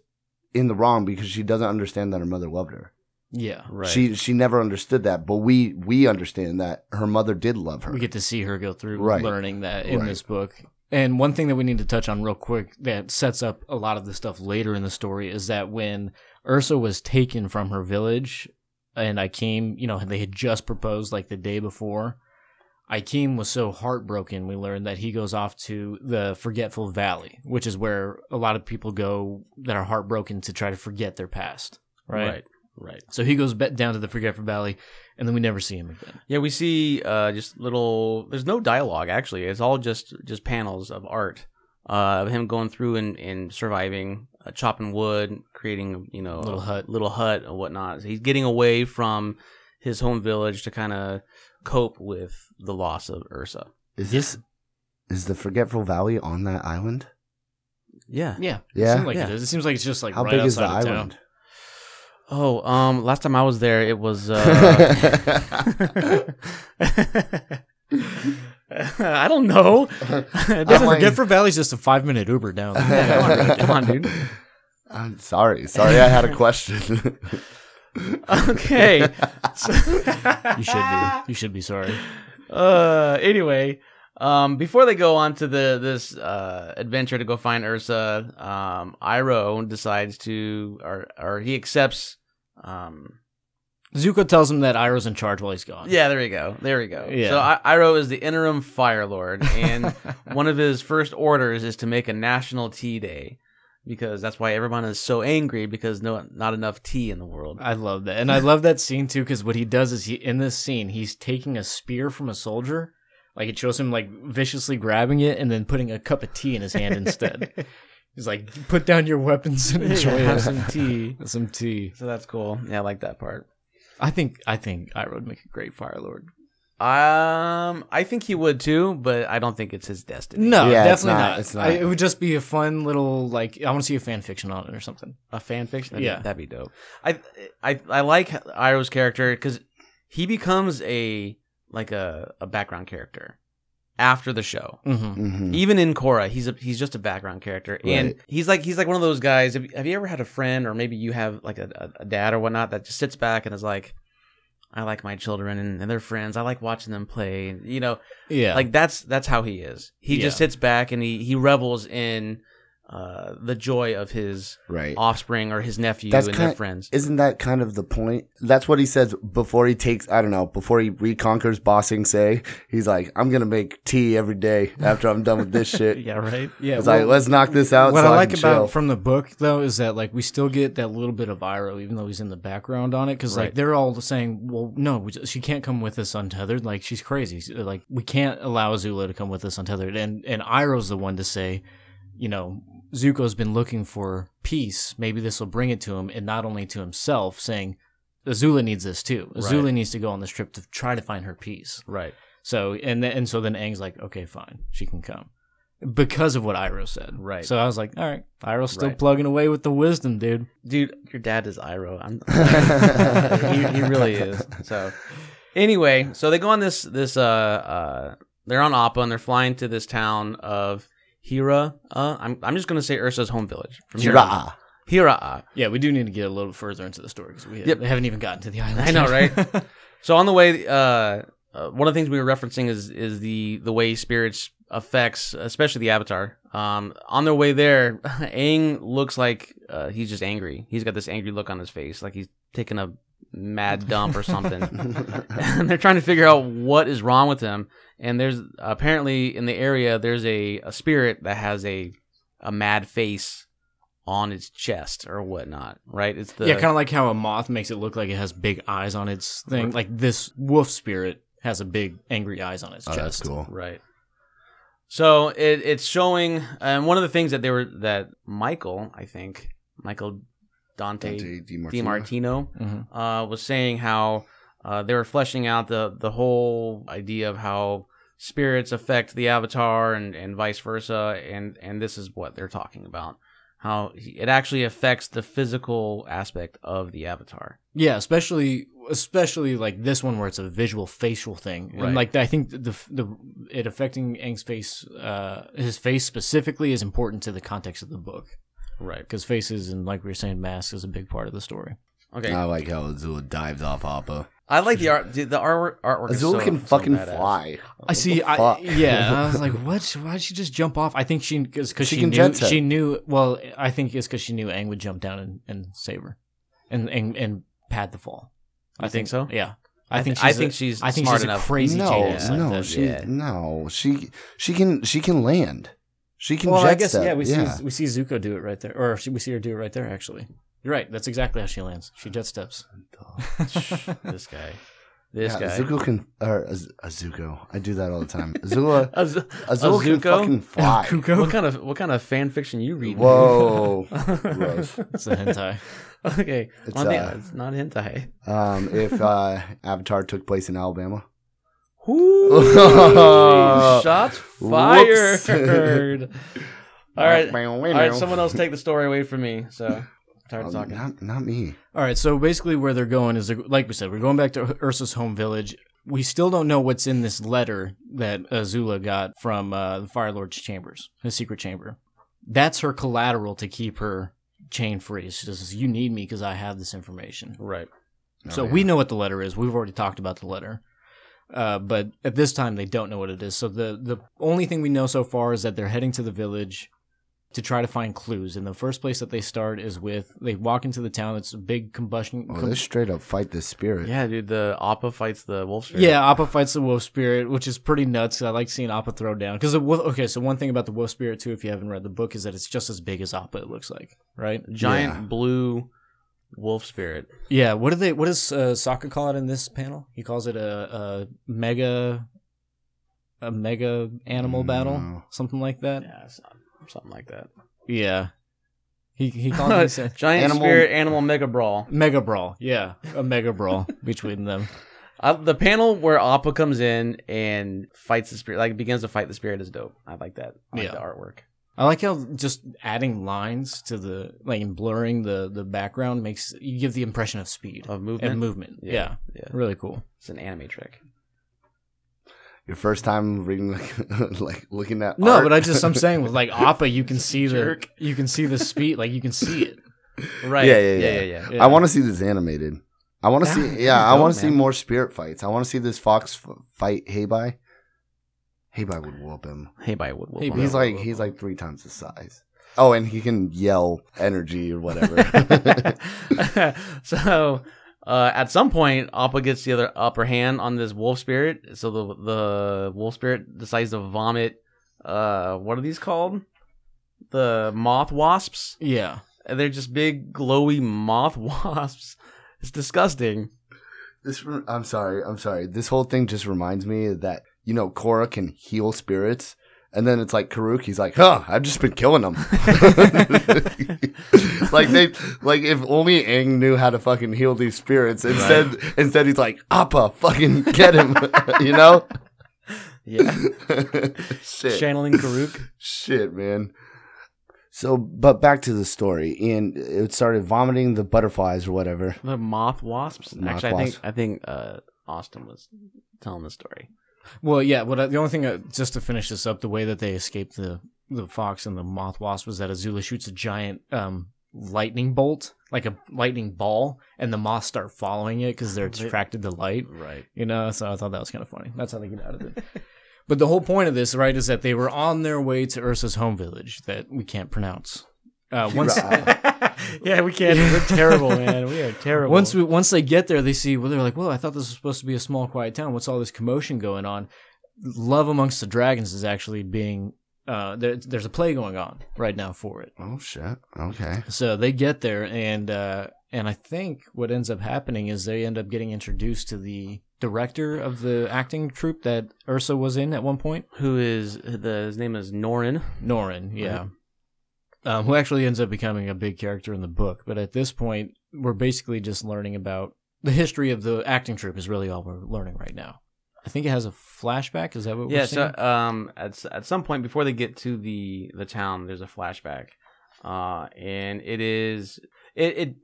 S1: in the wrong because she doesn't understand that her mother loved her.
S4: yeah.
S3: Right.
S1: She she never understood that, but we we understand that her mother did love her.
S4: We get to see her go through
S1: Right.
S4: learning that in
S1: Right.
S4: this book. And one thing that we need to touch on real quick that sets up a lot of the stuff later in the story is that when Ursa was taken from her village and I came, you know, they had just proposed like the day before. Ikeem was so heartbroken, we learned that he goes off to the Forgetful Valley, which is where a lot of people go that are heartbroken to try to forget their past. Right.
S3: Right. Right.
S4: So he goes back down to the Forgetful Valley, and then we never see him again.
S3: Yeah, we see uh, just little. There's no dialogue actually. It's all just just panels of art. Uh, of him going through and, and surviving, uh, chopping wood, creating you know
S4: Little
S3: a
S4: hut.
S3: little hut and whatnot. So he's getting away from his home village to kind of cope with the loss of Ursa.
S1: is this is the Forgetful Valley on that island?
S3: Yeah.
S4: Yeah.
S1: Yeah?
S4: It seems like
S3: Yeah.
S4: it is. It seems like it's just like
S1: How
S4: right
S1: big
S4: outside
S1: is the
S4: of
S1: island?
S4: town.
S3: Oh, um, last time I was there, it was. Uh... I don't know. It
S1: I'm
S3: doesn't-
S1: like-
S4: Forget for Valley's just a five minute Uber down. there.
S3: come on, dude. Come on, dude.
S1: I'm sorry. Sorry, I had a question.
S3: okay. So-
S4: you should be. You should be sorry.
S3: uh anyway um before they go on to the this uh adventure to go find ursa um iro decides to or or he accepts um
S4: Zuko tells him that Iroh's in charge while he's gone.
S3: yeah there we go there we go
S4: Yeah.
S3: so I- iro is the interim fire lord and one of his first orders is to make a national tea day because that's why everyone is so angry because no not enough tea in the world
S4: I love that, and I love that scene too because what he does is he in this scene he's taking a spear from a soldier, like it shows him like viciously grabbing it and then putting a cup of tea in his hand instead. He's like, put down your weapons and enjoy
S3: have
S4: it.
S3: some tea
S4: some tea.
S3: so that's cool yeah i like that part
S4: I think I think Iroh would make a great Fire Lord.
S3: Um, I think he would too, but I don't think it's his destiny.
S4: No,
S1: Yeah, it's
S4: definitely
S1: not-
S4: not.
S1: it's not.
S4: I- it would just be a fun little like I want to see a fan fiction on it or something.
S3: a fan fiction. That'd
S4: Yeah.
S3: be, that'd be dope. I I I like Iroh's character because he becomes a like a, a background character after the show.
S4: Mm-hmm.
S1: Mhm.
S3: Even in Korra, he's a he's just a background character, and
S1: Right.
S3: he's like he's like one of those guys. Have, have you ever had a friend, or maybe you have like a, a, a dad or whatnot that just sits back and is like, "I like my children and, and their friends. I like watching them play." And, you know,
S4: Yeah,
S3: like that's that's how he is he just
S4: Yeah.
S3: sits back and he he revels in uh the joy of his
S1: Right.
S3: offspring or his nephew
S1: That's
S3: and
S1: kinda-
S3: their friends
S1: Isn't that kind of the point? That's what he says before he takes, I don't know, before he reconquers Bossing Say. He's like, I'm going to make tea every day after I'm done with this shit.
S3: yeah right
S4: yeah.
S1: It's
S4: well,
S1: like, let's knock this out.
S4: what
S1: so
S4: I like
S1: can chill.
S4: about from the book though is that like we still get that little bit of Iroh even though he's in the background on it because like
S3: Right.
S4: they're all saying, well, no, we ju- she can't come with us untethered. Like she's crazy. She's- uh, Like we can't allow Azula to come with us untethered. And and Iroh's the one to say, you know, Zuko's been looking for peace. Maybe this will bring it to him, and not only to himself, saying. Azula needs this too. Azula
S3: Right.
S4: needs to go on this trip to try to find her peace.
S3: right
S4: So and th- and so then Aang's like, okay, fine, she can come because of what Iroh said.
S3: Right.
S4: So I was like, all right, Iroh's still
S3: Right.
S4: plugging away with the wisdom, dude.
S3: dude your dad is Iroh I'm, he, he really is so anyway so they go on this this uh uh they're on Appa and they're flying to this town of Hira uh I'm I'm just gonna say Ursa's home village from here on.
S1: Jirah.
S3: Hira
S4: Yeah, we do need to get a little further into the story because we
S3: Yep.
S4: we haven't even gotten to the island.
S3: I know,
S4: yet.
S3: right? So on the way, uh, uh, one of the things we were referencing is is the the way spirits affects, especially the avatar. Um, on their way there, Aang looks like uh, he's just angry. He's got this angry look on his face, like he's taking a mad dump or something. and they're trying to figure out what is wrong with him. And there's apparently in the area there's a, a spirit that has a a mad face on its chest or whatnot, right? It's the
S4: yeah, kind of like how a moth makes it look like it has big eyes on its thing. Like this wolf spirit has a big angry eyes on its
S1: Oh,
S4: chest.
S1: that's cool.
S3: Right. So it it's showing, and one of the things that they were that Michael, I think Michael Dante,
S1: Dante DiMartino.
S3: DiMartino,
S4: Mhm.
S3: uh, was saying how uh, they were fleshing out the the whole idea of how spirits affect the avatar and, and vice versa and and this is what they're talking about how he- it actually affects the physical aspect of the avatar
S4: Yeah, especially especially like this one where it's a visual facial thing,
S3: Right.
S4: and like I think the the it affecting Aang's face, uh, his face specifically is important to the context of the book
S3: right
S4: because faces and like we were saying, masks is a big part of the story.
S3: okay
S1: I like how Azula dives off Appa.
S3: i like the art the, the artwork artwork is
S1: Azula
S3: so-
S1: can
S3: so
S1: fucking
S3: badass.
S1: fly.
S4: I see. I,
S1: fuck?
S4: yeah, I was like, what? Why'd she just jump off? I think she because
S1: She
S4: she,
S1: can
S4: knew
S1: jet set.
S4: she knew. Well, I think it's because she knew Aang would jump down and, and save her, and and and pad the fall.
S3: You think so?
S4: Yeah,
S3: I
S4: I think
S3: thi- I
S4: she's
S3: think
S4: a-
S3: she's
S4: I think
S3: smart
S4: she's
S3: enough.
S4: a crazy
S1: no,
S4: genius like
S1: no,
S4: that.
S1: she,
S3: yeah.
S1: no, she, she can, she can land. She can
S4: Well,
S1: jet
S4: I guess
S1: set.
S4: yeah. We see we see Zuko do it right there, or she, we see her do it right there. Actually, you're right. That's exactly how she lands. She jet steps.
S3: this guy this
S1: Yeah,
S3: guy
S1: Zuko can, or Az- Azuko. I do that all the time. Azula,
S3: Az-
S1: Azula can
S3: Azuko?
S1: fucking fly.
S3: what kind of what kind of fan fiction you read
S1: Whoa, gross.
S4: It's a hentai.
S3: okay
S1: It's,
S3: One thing-
S1: uh,
S3: it's not hentai
S1: Um, if uh, Avatar took place in Alabama,
S3: Ooh, shots
S1: Whoops.
S3: fired. All right. All
S1: all
S3: right, someone else take the story away from me. So I'm tired of talking.
S1: Um, Not, not me.
S4: All right. So basically, where they're going is they're, like we said, we're going back to Ursa's home village. We still don't know what's in this letter that Azula got from uh, the Fire Lord's chambers, his secret chamber. That's her collateral to keep her chain free. She says, "You need me because I have this information."
S3: Right.
S4: So
S1: Oh, yeah.
S4: we know what the letter is. We've already talked about the letter. Uh, but at this time, they don't know what it is. So the, the only thing we know so far is that they're heading to the village to try to find clues. And the first place that they start is with they walk into the town. It's a big combustion.
S1: Oh,
S4: com-
S1: they straight up fight the spirit.
S3: Yeah, dude. The Appa fights the wolf. Spirit.
S4: yeah, Appa fights the wolf spirit, which is pretty nuts. 'cause I like seeing Appa throw down. Because okay, so one thing about the wolf spirit too, if you haven't read the book, is that it's just as big as Appa. It looks like, right?
S3: Giant
S1: Yeah.
S3: blue wolf spirit.
S4: Yeah. What do they? What does uh, Sokka call it in this panel? He calls it a, a mega, a mega animal battle,
S1: Mm, No.
S4: something like that. Yeah.
S3: Yeah, some- something like that.
S4: He he called it a
S3: Giant
S1: Animal-
S3: spirit animal mega brawl.
S4: mega brawl. Yeah, a mega brawl between them.
S3: I, the panel where Appa comes in and fights the spirit, like begins to fight the spirit, is dope. I like that. I like
S4: Yeah.
S3: the artwork.
S4: I like how just adding lines to the like and blurring the the background makes you give the impression of speed
S3: Of movement.
S4: and movement. Yeah.
S3: Yeah, yeah.
S4: really cool.
S3: It's an anime trick.
S1: Your first time reading, like, like looking at.
S4: No,
S1: art?
S4: but I just I'm saying with like Appa, you can see the
S3: Jerk.
S4: you can see the speed, like you can see it.
S3: Right.
S1: Yeah, yeah, yeah.
S3: yeah, yeah.
S4: Yeah.
S1: I want to see this animated. I want to
S3: That would
S1: see.
S3: be
S1: Yeah, I
S3: dope,
S1: want to see
S3: man.
S1: more spirit fights. I want to see this fox f- fight Haybai. Haybai would whoop him.
S3: Hey, by Wood Wolf.
S4: Hey,
S1: He's
S4: Yeah.
S1: like he's like three times his size. Oh, and he can yell energy or whatever.
S3: so uh, at some point, Appa gets the other upper hand on this wolf spirit. So the the wolf spirit decides to vomit. Uh, what are these called? The moth wasps.
S4: Yeah.
S3: And They're just big glowy moth wasps. It's disgusting.
S1: This re- I'm sorry, I'm sorry. This whole thing just reminds me that you know Korra can heal spirits, and then it's like Karuk. He's like, "Huh, I've just been killing them." like they, like if only Aang knew how to fucking heal these spirits. Instead, instead he's like, "Appa, fucking get him," you know?
S3: Yeah,
S1: Shit,
S3: channeling Karuk.
S1: shit, man. So, but back to the story, and it started vomiting the butterflies or whatever.
S3: The moth wasps.
S1: Moth
S3: Actually,
S1: wasp.
S3: I think I think uh, Austin was telling the story.
S4: Well, yeah. What I, the only thing uh, just to finish this up, the way that they escaped the the fox and the moth wasp was that Azula shoots a giant um, lightning bolt, like a lightning ball, and the moths start following it because they're attracted to light.
S3: Right.
S4: You know, so I thought that was kind of funny. That's how they get out of it. but the whole point of this, right, is that they were on their way to Ursa's home village that we can't pronounce. Uh, once
S3: yeah, we can't. We're terrible, man. We are terrible.
S4: Once we once they get there, they see. Well, they're like, "Well, I thought this was supposed to be a small, quiet town. What's all this commotion going on?" Love amongst the dragons is actually being uh, there, there's a play going on right now for it.
S1: Oh shit! Okay.
S4: So they get there, and uh, and I think what ends up happening is they end up getting introduced to the director of the acting troupe that Ursa was in at one point,
S3: who is the his name is Norin.
S4: Norin. Yeah. Um, who actually ends up becoming a big character in the book. But at this point, we're basically just learning about the history of the acting troupe is really all we're learning right now.
S2: I think it has a flashback. Is that what
S3: yeah
S2: we're seeing?
S3: so um at, s- at some point before they get to the the town there's a flashback uh and it is it, it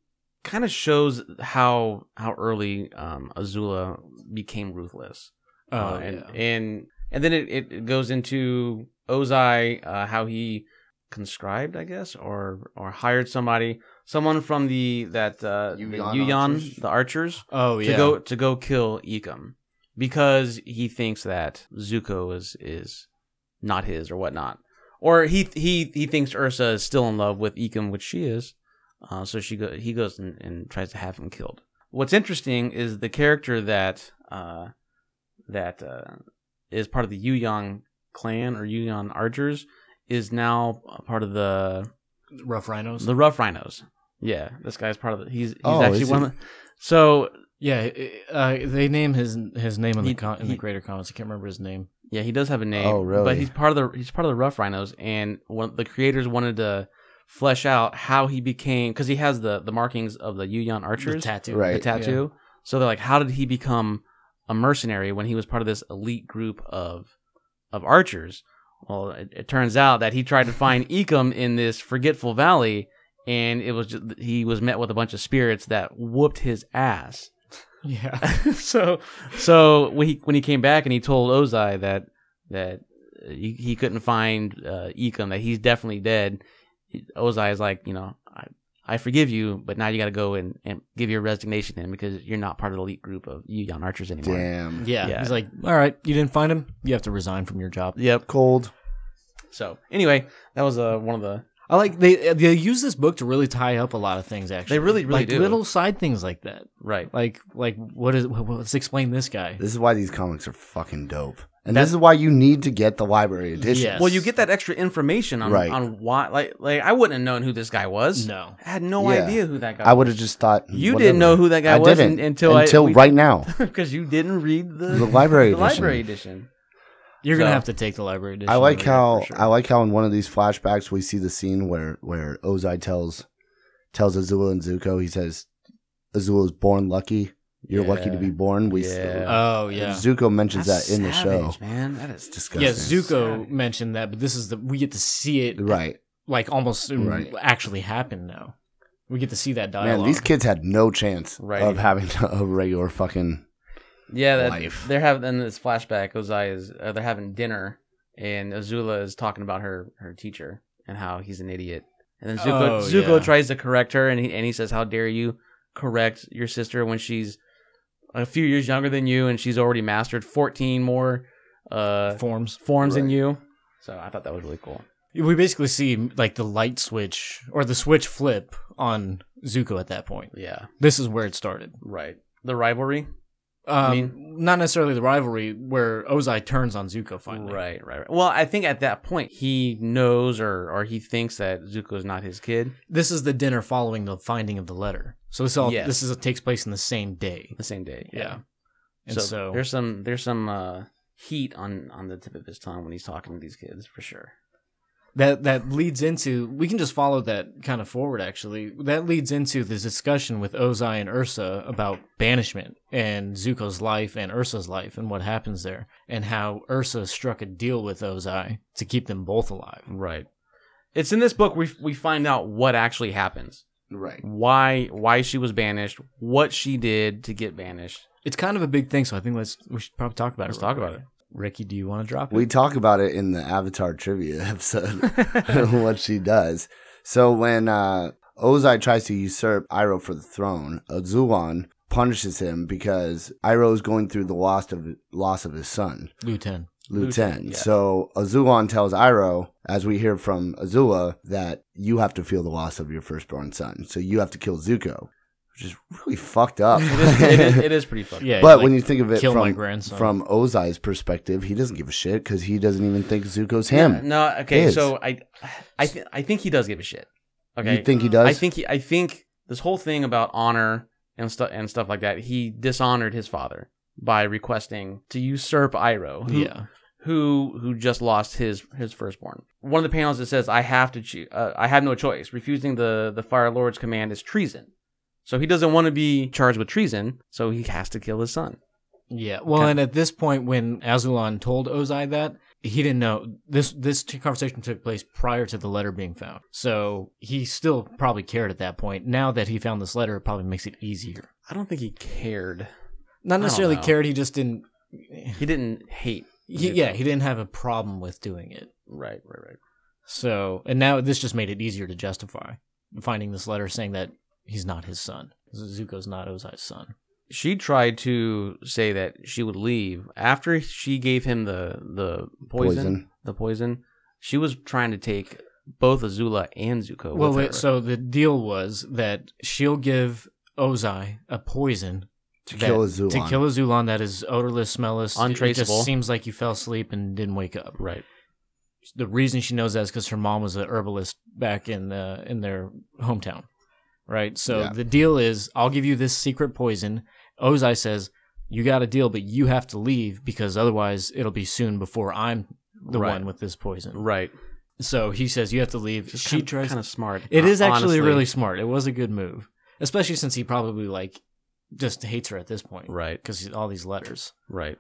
S3: kind of shows how how early um azula became ruthless
S4: Oh,
S3: Uh, and,
S4: yeah.
S3: and and then it, it goes into ozai uh how he conscribed i guess or or hired somebody someone from the that uh the
S1: Yuyan
S3: Yuyan,
S1: archers.
S3: the archers
S4: Oh
S3: to
S4: yeah.
S3: go to go kill Ikum because he thinks that Zuko is is not his or whatnot, or he he he thinks Ursa is still in love with Ikum, which she is. Uh, so she go, he goes and, and tries to have him killed. What's interesting is the character that uh, that uh, is part of the Yuyang clan or Yuyang archers is now part of the
S4: Rough Rhinos.
S3: the Rough Rhinos. Yeah, this guy's part of the. He's he's
S1: Oh,
S3: actually
S1: is
S3: one. Of, the- so
S4: yeah, uh, they name his his name in
S3: He-
S4: the con- in the
S3: he-
S4: creator comments. I can't remember his name.
S3: Yeah, he does have a name.
S1: Oh, really?
S3: But he's part of the he's part of the Rough Rhinos, and one, the creators wanted to flesh out how he became because he has the the markings of the Yuyan
S4: The
S3: archers,
S4: tattoo.
S1: Right.
S3: the tattoo. So they're like, how did he become a mercenary when he was part of this elite group of of archers? Well, it, it turns out that he tried to find Ecom in this forgetful valley, and it was just, he was met with a bunch of spirits that whooped his ass.
S4: Yeah.
S3: so so when he when he came back and he told Ozai that that uh, he, he couldn't find uh, Ikum that he's definitely dead, he- Ozai is like you know I, I forgive you, but now you got to go and, and give your resignation in because you're not part of the elite group of Yuyan archers anymore.
S1: Damn.
S4: yeah.
S3: Yeah.
S4: He's like, all right, you didn't find him. You have to resign from your job.
S3: Yep.
S1: Cold.
S3: So anyway, that was uh, one of the
S4: I like they they use this book to really tie up a lot of things. Actually,
S3: They really, really
S4: like
S3: do.
S4: little side things like that.
S3: right.
S4: Like like what is wh- wh- let's explain this guy.
S1: This is why these comics are fucking dope. And this is why you need to get the library edition.
S4: Yes.
S3: Well, you get that extra information on
S1: Right.
S3: on why like like I wouldn't have known who this guy was.
S4: No.
S3: I had no
S1: Yeah.
S3: idea who that guy.
S1: I
S3: was.
S1: would have just thought
S3: You
S1: whatever.
S3: didn't know who that guy
S1: I
S3: was
S1: didn't
S3: un- until I-
S1: until
S3: we-
S1: right now.
S3: because you didn't read the
S1: The library
S3: the
S1: edition.
S3: library edition.
S4: You're gonna
S3: So-
S4: have to take the library edition.
S1: I like
S4: over there
S1: how
S4: for sure.
S1: I like how in one of these flashbacks we see the scene where where Ozai tells tells Azula and Zuko he says Azula was born lucky. You're lucky to
S3: Yeah.
S1: be born. We
S3: Yeah.
S4: Oh yeah.
S1: Zuko mentions
S3: That's
S1: that in the
S3: savage,
S1: show.
S3: man. That
S1: It's
S3: is just
S1: disgusting.
S4: yeah, Zuko
S3: Savage.
S4: mentioned that, but this is the we get to see it
S1: Right.
S4: like almost um,
S1: Right.
S4: actually happen now. We get to see that dialogue.
S1: Man, these kids had no chance
S3: Right.
S1: of having a regular fucking
S3: yeah. That,
S1: life.
S3: They're having in this flashback. Ozai is uh, they're having dinner, and Azula is talking about her her teacher and how he's an idiot. And then Zuko
S4: Oh,
S3: Zuko
S4: yeah.
S3: tries to correct her, and he and he says, "How dare you correct your sister when she's a few years younger than you, and she's already mastered fourteen more uh,
S4: forms.
S3: forms than
S1: Right.
S3: you." So I thought that was really cool.
S4: We basically see like the light switch or the switch flip on Zuko at that point.
S3: Yeah,
S4: This is where it started.
S3: right. The rivalry.
S4: Um, not necessarily the rivalry where Ozai turns on Zuko finally.
S3: Right, right, right. Well, I think at that point he knows or or he thinks that Zuko's not his kid.
S4: This is the dinner following the finding of the letter. So this all
S3: Yes.
S4: this is takes place in the same day.
S3: The same day.
S4: Yeah. And so,
S3: there's some there's some uh, heat on on the tip of his tongue when he's talking to these kids for sure.
S4: that that leads into we can just follow that kind of forward actually. That leads into this discussion with Ozai and Ursa about banishment and Zuko's life and Ursa's life and what happens there and how Ursa struck a deal with Ozai to keep them both alive.
S3: Right. It's in this book we we find out what actually happens,
S1: Right.
S3: why why she was banished, what she did to get banished.
S4: It's kind of a big thing, so I think let's we should probably talk about
S3: Let's
S4: it.
S3: talk
S4: real
S3: about
S4: quick. Ricky, do you want to drop it?
S1: We talk about it in the Avatar trivia episode, what she does. So when uh, Ozai tries to usurp Iroh for the throne, Azulan punishes him because Iroh is going through the loss of loss of his son,
S4: Lieutenant.
S1: Luten.
S3: Luten, yeah.
S1: So Azulan tells Iroh, as we hear from Azula, that you have to feel the loss of your firstborn son. So you have to kill Zuko, which is really fucked up.
S3: It is, it is, it is pretty fucking.
S4: Yeah,
S1: But
S4: like,
S1: when you think of it
S4: kill my
S1: from,
S4: grandson.
S1: from Ozai's perspective, he doesn't give a shit because he doesn't even think Zuko's him.
S3: No, okay.
S1: Is.
S3: So I, I th- I think he does give a shit. Okay.
S1: You think he does?
S3: I think he, I think this whole thing about honor and stuff and stuff like that. He dishonored his father by requesting to usurp Iroh, who,
S4: yeah,
S3: who who just lost his his firstborn. One of the panels it says, "I have to choose. Uh, I have no choice. Refusing the the Fire Lord's command is treason." So he doesn't want to be charged with treason, so he has to kill his son.
S4: Yeah. Well, and at this point, when Azulon told Ozai that, he didn't know this. This t- conversation took place prior to the letter being found, so he still probably cared at that point. Now that he found this letter, it probably makes it easier.
S3: I don't think he cared.
S4: Not necessarily
S3: know.
S4: cared. He just didn't.
S3: He didn't hate.
S4: He, yeah, he didn't have a problem with doing it.
S3: Right, right, right.
S4: So, and now this just made it easier to justify finding this letter saying that he's not his son. Zuko's not Ozai's son.
S3: She tried to say that she would leave after she gave him the the poison.
S1: Poison.
S3: The poison. She was trying to take both Azula and Zuko.
S4: Well,
S3: with
S4: wait,
S3: her.
S4: so the deal was that she'll give Ozai a poison
S1: To
S4: that-
S1: kill a Zulon.
S4: to kill a Zulon that is odorless, smellless, It- It
S3: Untraceable.
S4: just seems like you fell asleep and didn't wake up.
S3: right.
S4: The reason she knows that is because her mom was a herbalist back in uh, in their hometown, right? So
S1: Yeah.
S4: the deal is, I'll give you this secret poison. Ozai says, "You got a deal, but you have to leave because otherwise it'll be soon before I'm the
S3: Right.
S4: one with this poison."
S3: Right.
S4: So he says, "You have to leave." she tries.
S3: kind of smart.
S4: It is
S3: hon-
S4: actually
S3: honestly.
S4: really smart. It was a good move, especially since he probably like just hates her at this point
S3: right.
S4: because all these letters.
S3: Right.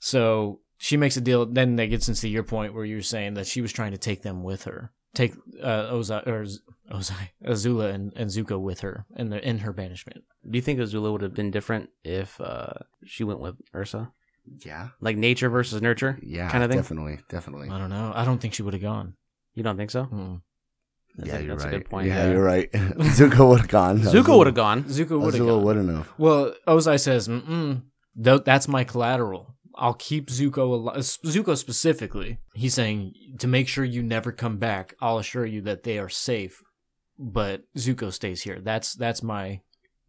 S4: So she makes a deal. Then that gets into your point where you're saying that she was trying to take them with her, take uh, Ozai or Z- Ozai Azula and, and Zuko with her in the, in her banishment.
S3: Do you think Azula would have been different if uh, she went with Ursa?
S1: Yeah.
S3: Like nature versus nurture?
S1: Yeah.
S3: Kinda thing?
S1: Definitely. Definitely.
S4: I don't know. I don't think she would have gone.
S3: You don't think so?
S4: Hmm.
S3: That's
S1: yeah,
S3: a-
S1: you're
S3: that's a
S1: right.
S3: good point,
S1: Yeah,
S3: yeah.
S1: you're right. Zuko would have gone.
S3: Zuko would have gone.
S4: Zuko would have
S1: Azula
S4: gone.
S1: wouldn't have.
S4: Well, Ozai says, Mm-mm, th- that's my collateral. I'll keep Zuko alive. Zuko specifically, he's saying to make sure you never come back. I'll assure you that they are safe, but Zuko stays here. That's that's my.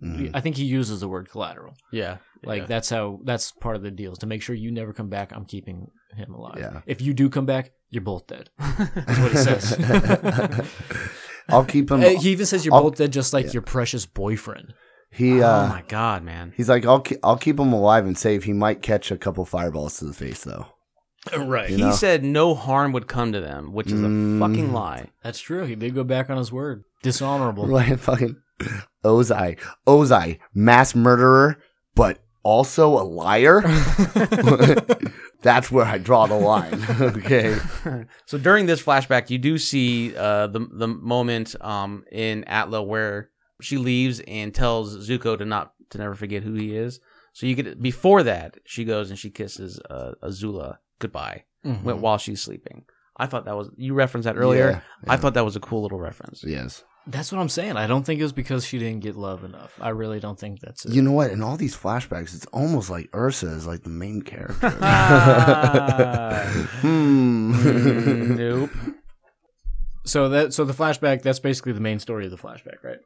S1: Mhm.
S4: I think he uses the word collateral.
S3: Yeah.
S4: Like that's how that's part of the deal is to make sure you never come back. I'm keeping him alive.
S1: Yeah.
S4: If you do come back, you're both dead.
S3: that.
S4: That's what he says.
S1: I'll keep him.
S4: Uh, he even says you're
S1: Um, I'll-
S4: both dead, just like
S1: yeah.
S4: your precious boyfriend.
S1: He.
S3: oh
S1: Uh,
S3: my god, man.
S1: he's like, I'll. Ke- I'll keep him alive and save. He might catch a couple fireballs to the face though.
S4: Right.
S1: You
S3: He
S1: know?
S3: said no harm would come to them, which is a
S1: Mm.
S3: fucking lie.
S4: That's true. He did go back on his word. Dishonorable.
S1: Like fucking Ozai. Ozai, mass murderer, but also a liar.
S4: Mm-hmm.
S1: That's where I draw the line. okay.
S3: so during this flashback, you do see uh, the the moment um, in Atla where she leaves and tells Zuko to not to never forget who he is. So you get before that, she goes and she kisses uh, Azula goodbye
S4: Mhm.
S3: wh- while she's sleeping. I thought that was you referenced that earlier.
S1: Mm-hmm. Yeah,
S3: I thought that was a cool little reference.
S1: Yes.
S4: That's what I'm saying. I don't think it was because she didn't get love enough. I really don't think that's it.
S1: You know what? In all these flashbacks, it's almost like Ursa is like the main character. hmm.
S3: Mm, Ah. nope.
S4: so that so the flashback that's basically the main story of the flashback, right?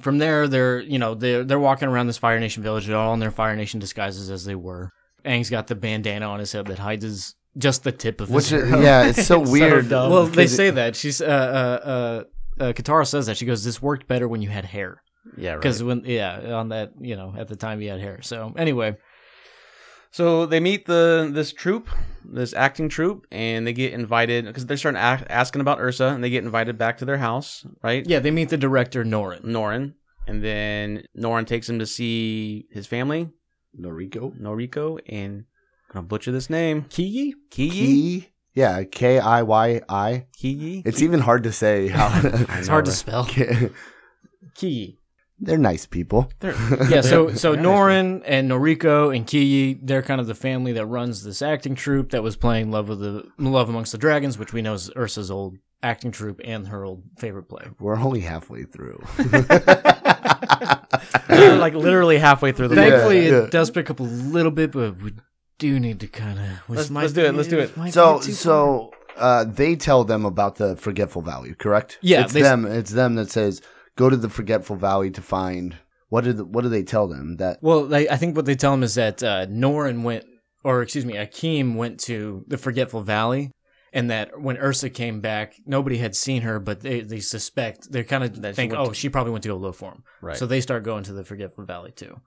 S4: From there, they're you know they're they're walking around this Fire Nation village. They're all in their Fire Nation disguises as they were. Aang's got the bandana on his head that hides his just the tip of
S1: Which
S4: his.
S1: is, yeah, it's so weird.
S3: dumb.
S4: well, they
S1: because it-
S4: say that she's uh uh uh, uh Katara says that she goes, "This worked better when you had hair."
S3: Yeah, right.
S4: Because when yeah on that you know at the time he had hair. So anyway,
S3: So they meet the this troupe, this acting troupe, and they get invited because they're starting ac- asking about Ursa, and they get invited back to their house, right?
S4: yeah they meet the director Norin.
S3: Norin, and then Norin takes him to see his family,
S1: Noriko?
S3: Noriko, and I'm gonna butcher this name,
S4: Kiyi?
S3: Kiyi.
S1: E? Yeah, K I Y I.
S3: Kiyi.
S1: It's even hard to say how.
S4: It's hard to spell. Kiyi.
S1: They're nice people.
S4: yeah, so so
S3: Yeah.
S4: Norin and Noriko and Kiyi, they're kind of the family that runs this acting troupe that was playing Love of the Love Amongst the Dragons, which we know is Ursa's old acting troupe and her old favorite play.
S1: We're only halfway through.
S3: They're, like literally halfway through the.
S1: Yeah,
S4: Thankfully,
S1: yeah.
S4: it does pick up a little bit, but we do need to kind of
S3: Let's- let's do it, let's do it.
S1: so so uh, they tell them about the forgetful valley, correct?
S4: Yeah,
S1: it's
S4: they-
S1: them. It's them that says go to the forgetful valley to find. What did what do they tell them that?
S4: Well, they, I think what they tell him is that uh, Norin went, or excuse me, Akeem went to the Forgetful Valley, and that when Ursa came back, nobody had seen her, but they, they suspect, they kind of
S3: That she
S4: think,
S3: went
S4: oh,
S3: to-
S4: she probably went to go look for him.
S3: Right.
S4: So they start going to the Forgetful Valley too.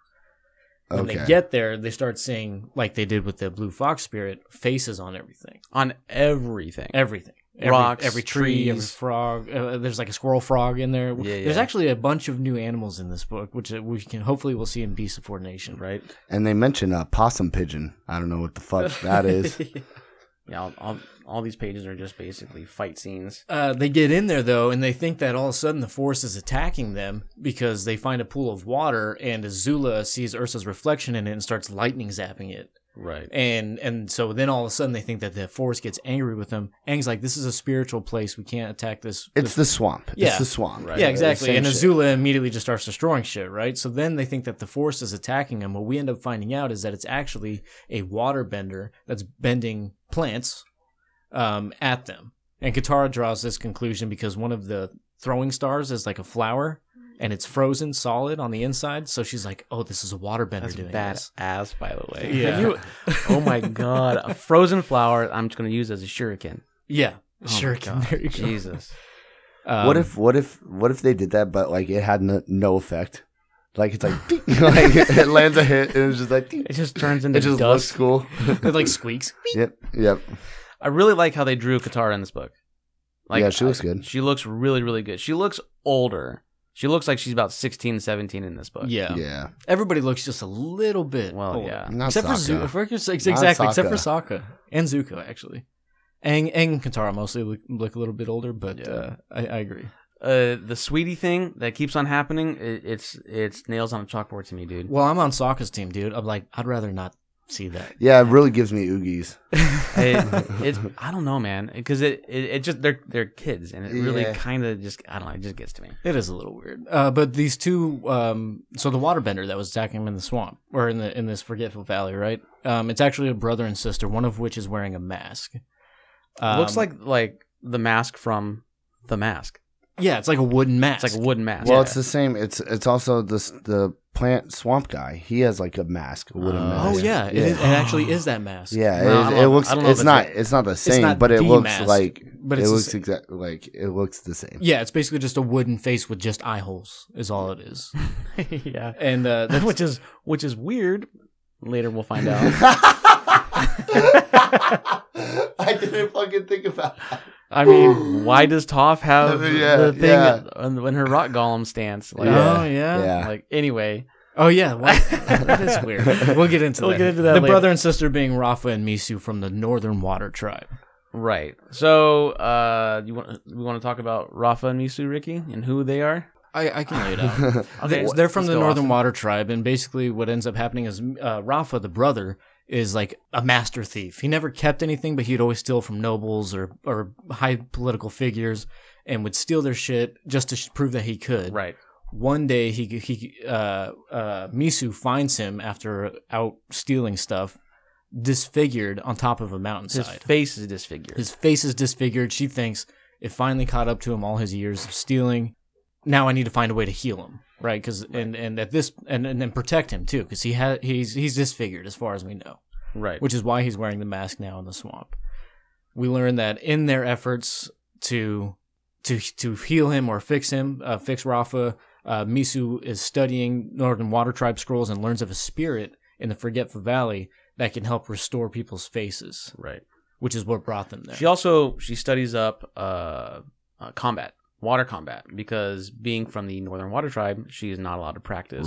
S4: When
S1: Okay,
S4: they get there, they start seeing, like they did with the Blue Fox Spirit, faces on everything.
S3: on everything.
S4: Everything. Every,
S3: Rocks,
S4: every tree, every
S3: trees.
S4: frog. Uh, there's like a squirrel frog in there.
S3: Yeah,
S4: There's
S3: yeah.
S4: actually a bunch of new animals in this book, which uh, we can hopefully we'll see in Beast of Fornation.
S3: right?
S1: And they mention a possum pigeon. I don't know what the fuck that is.
S3: Yeah, all, all, all these pages are just basically fight scenes.
S4: Uh, they get in there though, and they think that all of a sudden the force is attacking them because they find a pool of water, and Azula sees Ursa's reflection in it and starts lightning zapping it.
S3: Right.
S4: And and so then all of a sudden they think that the force gets angry with them. Aang's like, "This is a spiritual place. We can't attack this."
S1: It's the swamp. It's
S4: Yeah.
S1: the swamp.
S3: Right.
S4: yeah,
S1: It's the
S4: exactly.
S1: same
S4: And
S1: shit.
S4: Azula immediately just starts destroying shit, right? So then they think that the force is attacking them. What we end up finding out is that it's actually a waterbender that's bending plants um, at them. And Katara draws this conclusion because one of the throwing stars is like a flower and it's frozen solid on the inside. So she's like, oh, this is a waterbender
S3: That's
S4: doing
S3: bad
S4: this.
S3: ass, by the way.
S4: Yeah.
S3: You- oh my god, a frozen flower. I'm just gonna use as a shuriken.
S4: Yeah.
S3: Oh my
S4: sure.
S3: God.
S4: There you go.
S3: Jesus.
S4: Um,
S1: what if what if what if they did that but like it had no, no effect? Like it's like, beep, like it lands a hit and it's just like
S3: It just turns into
S1: it just looks
S3: dust.
S1: cool.
S4: it like squeaks?
S1: yep, yep.
S3: I really like how they drew Katara in this book.
S1: Yeah, she looks good.
S3: She looks really, really good. She looks older. She looks like she's about 16, 17 in this book.
S4: Yeah.
S1: Yeah.
S4: Everybody looks just a little bit.
S3: Well,
S4: older.
S3: yeah.
S1: Not
S4: Uh, except for
S1: Sokka.
S4: Zuko. exactly, except for
S1: Sokka.
S4: Sokka and Zuko actually. Aang, Aang and Katara mostly look, look a little bit older, but uh, I, I agree.
S3: Uh, the sweetie thing that keeps on happening, it, it's it's nails on a chalkboard to me, dude.
S4: Well, I'm on Sokka's team, dude. I'm like, I'd rather not see that.
S1: Yeah, it really gives me oogies.
S3: it, it's I don't know, man, because it, it it just they're they're kids, and it really
S1: Yeah.
S3: kind of just I don't know, it just gets to me.
S4: It is a little weird. Uh, but these two, um, so the waterbender that was attacking him in the swamp or in the in this forgetful valley, right? Um, it's actually a brother and sister, one of which is wearing a mask. Um,
S3: looks like like the mask from the mask.
S4: yeah, it's like a wooden mask.
S3: It's like a wooden mask.
S1: Well, it's the same. It's it's also the s- the plant swamp guy. He has like a mask, a wooden
S3: Oh.
S1: mask.
S4: oh yeah, It, is, it actually is that mask.
S1: Yeah, it,
S3: No, I don't
S1: is- it
S3: know.
S1: looks.
S3: I don't know
S1: It's
S3: if it's
S1: not. It's not the same,
S4: not
S1: but it
S4: the
S1: looks
S4: mask,
S1: like.
S4: but
S1: it
S4: it's the
S1: looks
S4: same.
S1: exact. Like it looks the same.
S4: Yeah, it's basically just a wooden face with just eye holes is all it is.
S3: yeah,
S4: And uh, that's
S3: which is which is weird. Later we'll find out.
S1: I didn't fucking think about. That.
S3: I mean, why does Toph have
S1: Yeah,
S3: the thing
S1: yeah.
S3: on- when her rock golem stance? Like,
S1: Yeah.
S4: oh yeah.
S1: Yeah.
S3: like anyway,
S4: Oh yeah, what? that is weird. We'll get into
S3: We'll
S4: that.
S3: get into that
S4: The
S3: later.
S4: brother and sister being Rafa and Misu from the Northern Water Tribe.
S3: right. So, uh, you want we want to talk about Rafa and Misu, Ricky, and who they are?
S4: I, I can lay it out. They- They're from
S3: let's
S4: the
S3: go
S4: Northern
S3: off.
S4: Water Tribe, and basically what ends up happening is uh, Rafa, the brother, is like a master thief. He never kept anything, but he'd always steal from nobles or or high political figures, and would steal their shit just to sh- prove that he could.
S3: right.
S4: one day he he uh, uh, Misu finds him after out stealing stuff, disfigured on top of a
S3: His
S4: mountainside.
S3: face is disfigured.
S4: His face is disfigured. She thinks it finally caught up to him all his years of stealing. Now I need to find a way to heal him, right? Because and and at this and and, and protect him too, because he ha- he's he's disfigured as far as we know
S3: right.
S4: which is why he's wearing the mask now in the swamp. We learn that in their efforts to to to heal him or fix him, uh, fix Rafa, uh, Misu is studying Northern Water Tribe scrolls and learns of a spirit in the Forgetful Valley that can help restore people's faces,
S3: right.
S4: which is what brought them there.
S3: She also she studies up uh, uh combat, water combat, because being from the Northern Water Tribe, she is not allowed to practice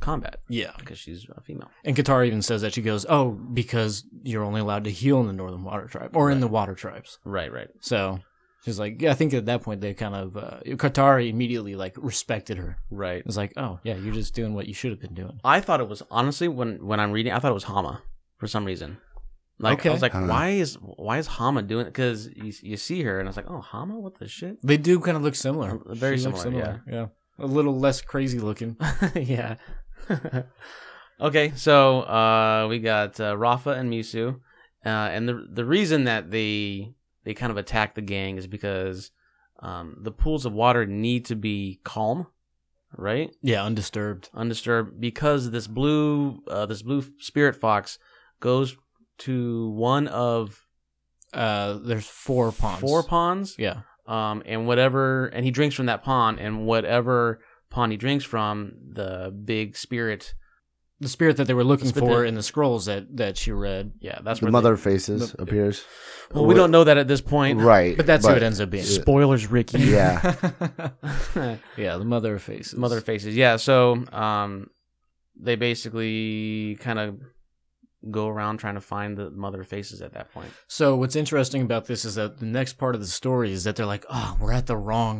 S3: combat
S4: yeah,
S3: because she's a female.
S4: and Katara even says that she goes, "Oh, because you're only allowed to heal in the Northern Water Tribe or in the Water Tribes."
S3: Right. Right.
S4: So she's like, "Yeah, I think at that point they kind of uh, Katara immediately like respected her
S3: Right.
S4: It's like, oh yeah, you're just doing what you should have been doing.
S3: I thought it was honestly when when I'm reading, I thought it was Hama for some reason. Like
S4: Okay.
S3: I was like,
S1: I don't know.
S3: why is why is Hama doing? Because you you see her and I was like, oh Hama, what the shit?
S4: They do kind of look similar.
S3: Uh, very
S4: She looks
S3: similar,
S4: Yeah. A little less crazy looking.
S3: yeah. okay, so uh, we got uh, Rafa and Misu, uh, and the the reason that they they kind of attack the gang is because um, the pools of water need to be calm, right?
S4: Yeah, undisturbed.
S3: undisturbed because this blue uh, this blue spirit fox goes to one of
S4: Uh, there's four ponds.
S3: four ponds
S4: Yeah.
S3: um and whatever and he drinks from that pond and whatever pond he drinks from the big spirit
S4: the spirit that they were looking
S3: Spirit
S4: for
S3: that-
S4: in the scrolls that that she read.
S3: Yeah, that's
S1: The
S3: where
S1: mother faces appears.
S3: They, well, we don't know that at this point.
S1: Right.
S4: But that's who it ends up being.
S2: Spoilers, Ricky.
S1: Yeah.
S4: Yeah, the mother of faces.
S3: Mother faces. Yeah, so um, they basically kind of go around trying to find the mother faces at that point.
S4: So what's interesting about this is that the next part of the story is that they're like, oh, we're at the wrong.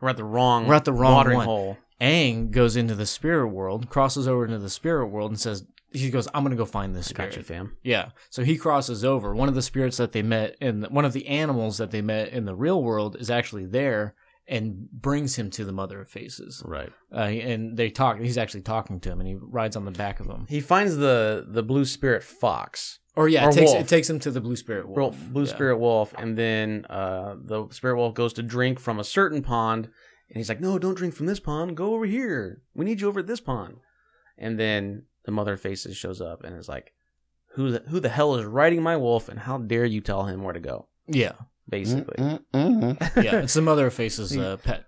S3: We're at the wrong.
S4: We're at the wrong
S3: watering
S4: one.
S3: hole.
S4: Aang goes into the spirit world, crosses over into the spirit world, and says, he goes, I'm gonna go find this spirit.
S3: Gotcha, fam.
S4: Yeah. So he crosses over. One of the spirits that they met in one of the animals that they met in the real world is actually there and brings him to the mother of faces.
S3: Right.
S4: Uh, and they talk. He's actually talking to him, and he rides on the back of him.
S3: He finds the the blue spirit fox,
S4: Or yeah,
S3: Or
S4: it takes
S3: wolf.
S4: it takes him to the blue spirit
S3: Bro-
S4: world.
S3: blue spirit wolf, and then uh, the spirit wolf goes to drink from a certain pond, and he's like, "No, don't drink from this pond. Go over here. We need you over at this pond." And then the mother faces shows up and is like, "Who the, who the hell is riding my wolf? And how dare you tell him where to go?"
S4: Yeah,
S3: Basically,
S4: yeah. It's the mother of faces uh, pet.
S1: Mm-hmm.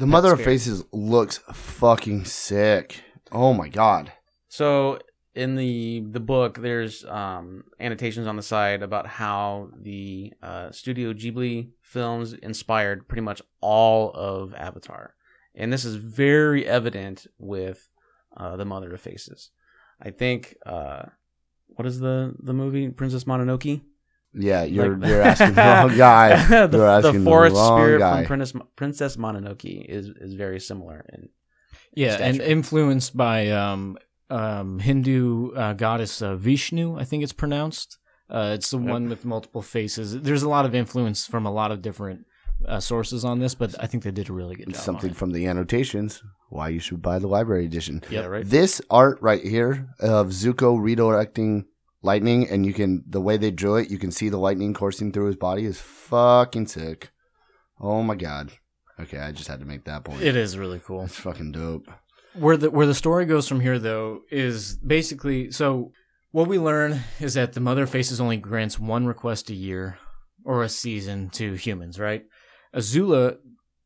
S1: The mother of
S4: Spirit.
S1: faces looks fucking sick. Oh my god.
S3: So in the the book, there's um, annotations on the side about how the uh, Studio Ghibli films inspired pretty much all of Avatar, and this is very evident with uh, the Mother of Faces. I think uh, what is the the movie Princess Mononoke?
S1: Yeah, you're
S3: Like-
S1: you're asking the wrong guy.
S3: the,
S1: You're asking
S3: the
S1: the
S3: forest
S1: wrong
S3: spirit
S1: guy.
S3: from Princess, Princess Mononoke is is very similar, and
S4: Yeah, and
S3: Statue.
S4: influenced by um, um, Hindu uh, goddess uh, Vishnu, I think it's pronounced. Uh, it's the one with multiple faces. There's a lot of influence from a lot of different uh, sources on this, but I think they did a really good
S1: And
S4: job. on
S1: Something
S4: it.
S1: from the annotations. Why you should buy the library edition.
S3: yeah, right.
S1: This art right here of Zuko redirecting lightning, and you can the way they drew it, you can see the lightning coursing through his body is fucking sick. Oh my god. Okay, I just had to make that point.
S4: It is really cool.
S1: It's fucking dope.
S4: Where the where the story goes from here, though, is basically so. What we learn is that the Mother Faces only grants one request a year or a season to humans, right? Azula,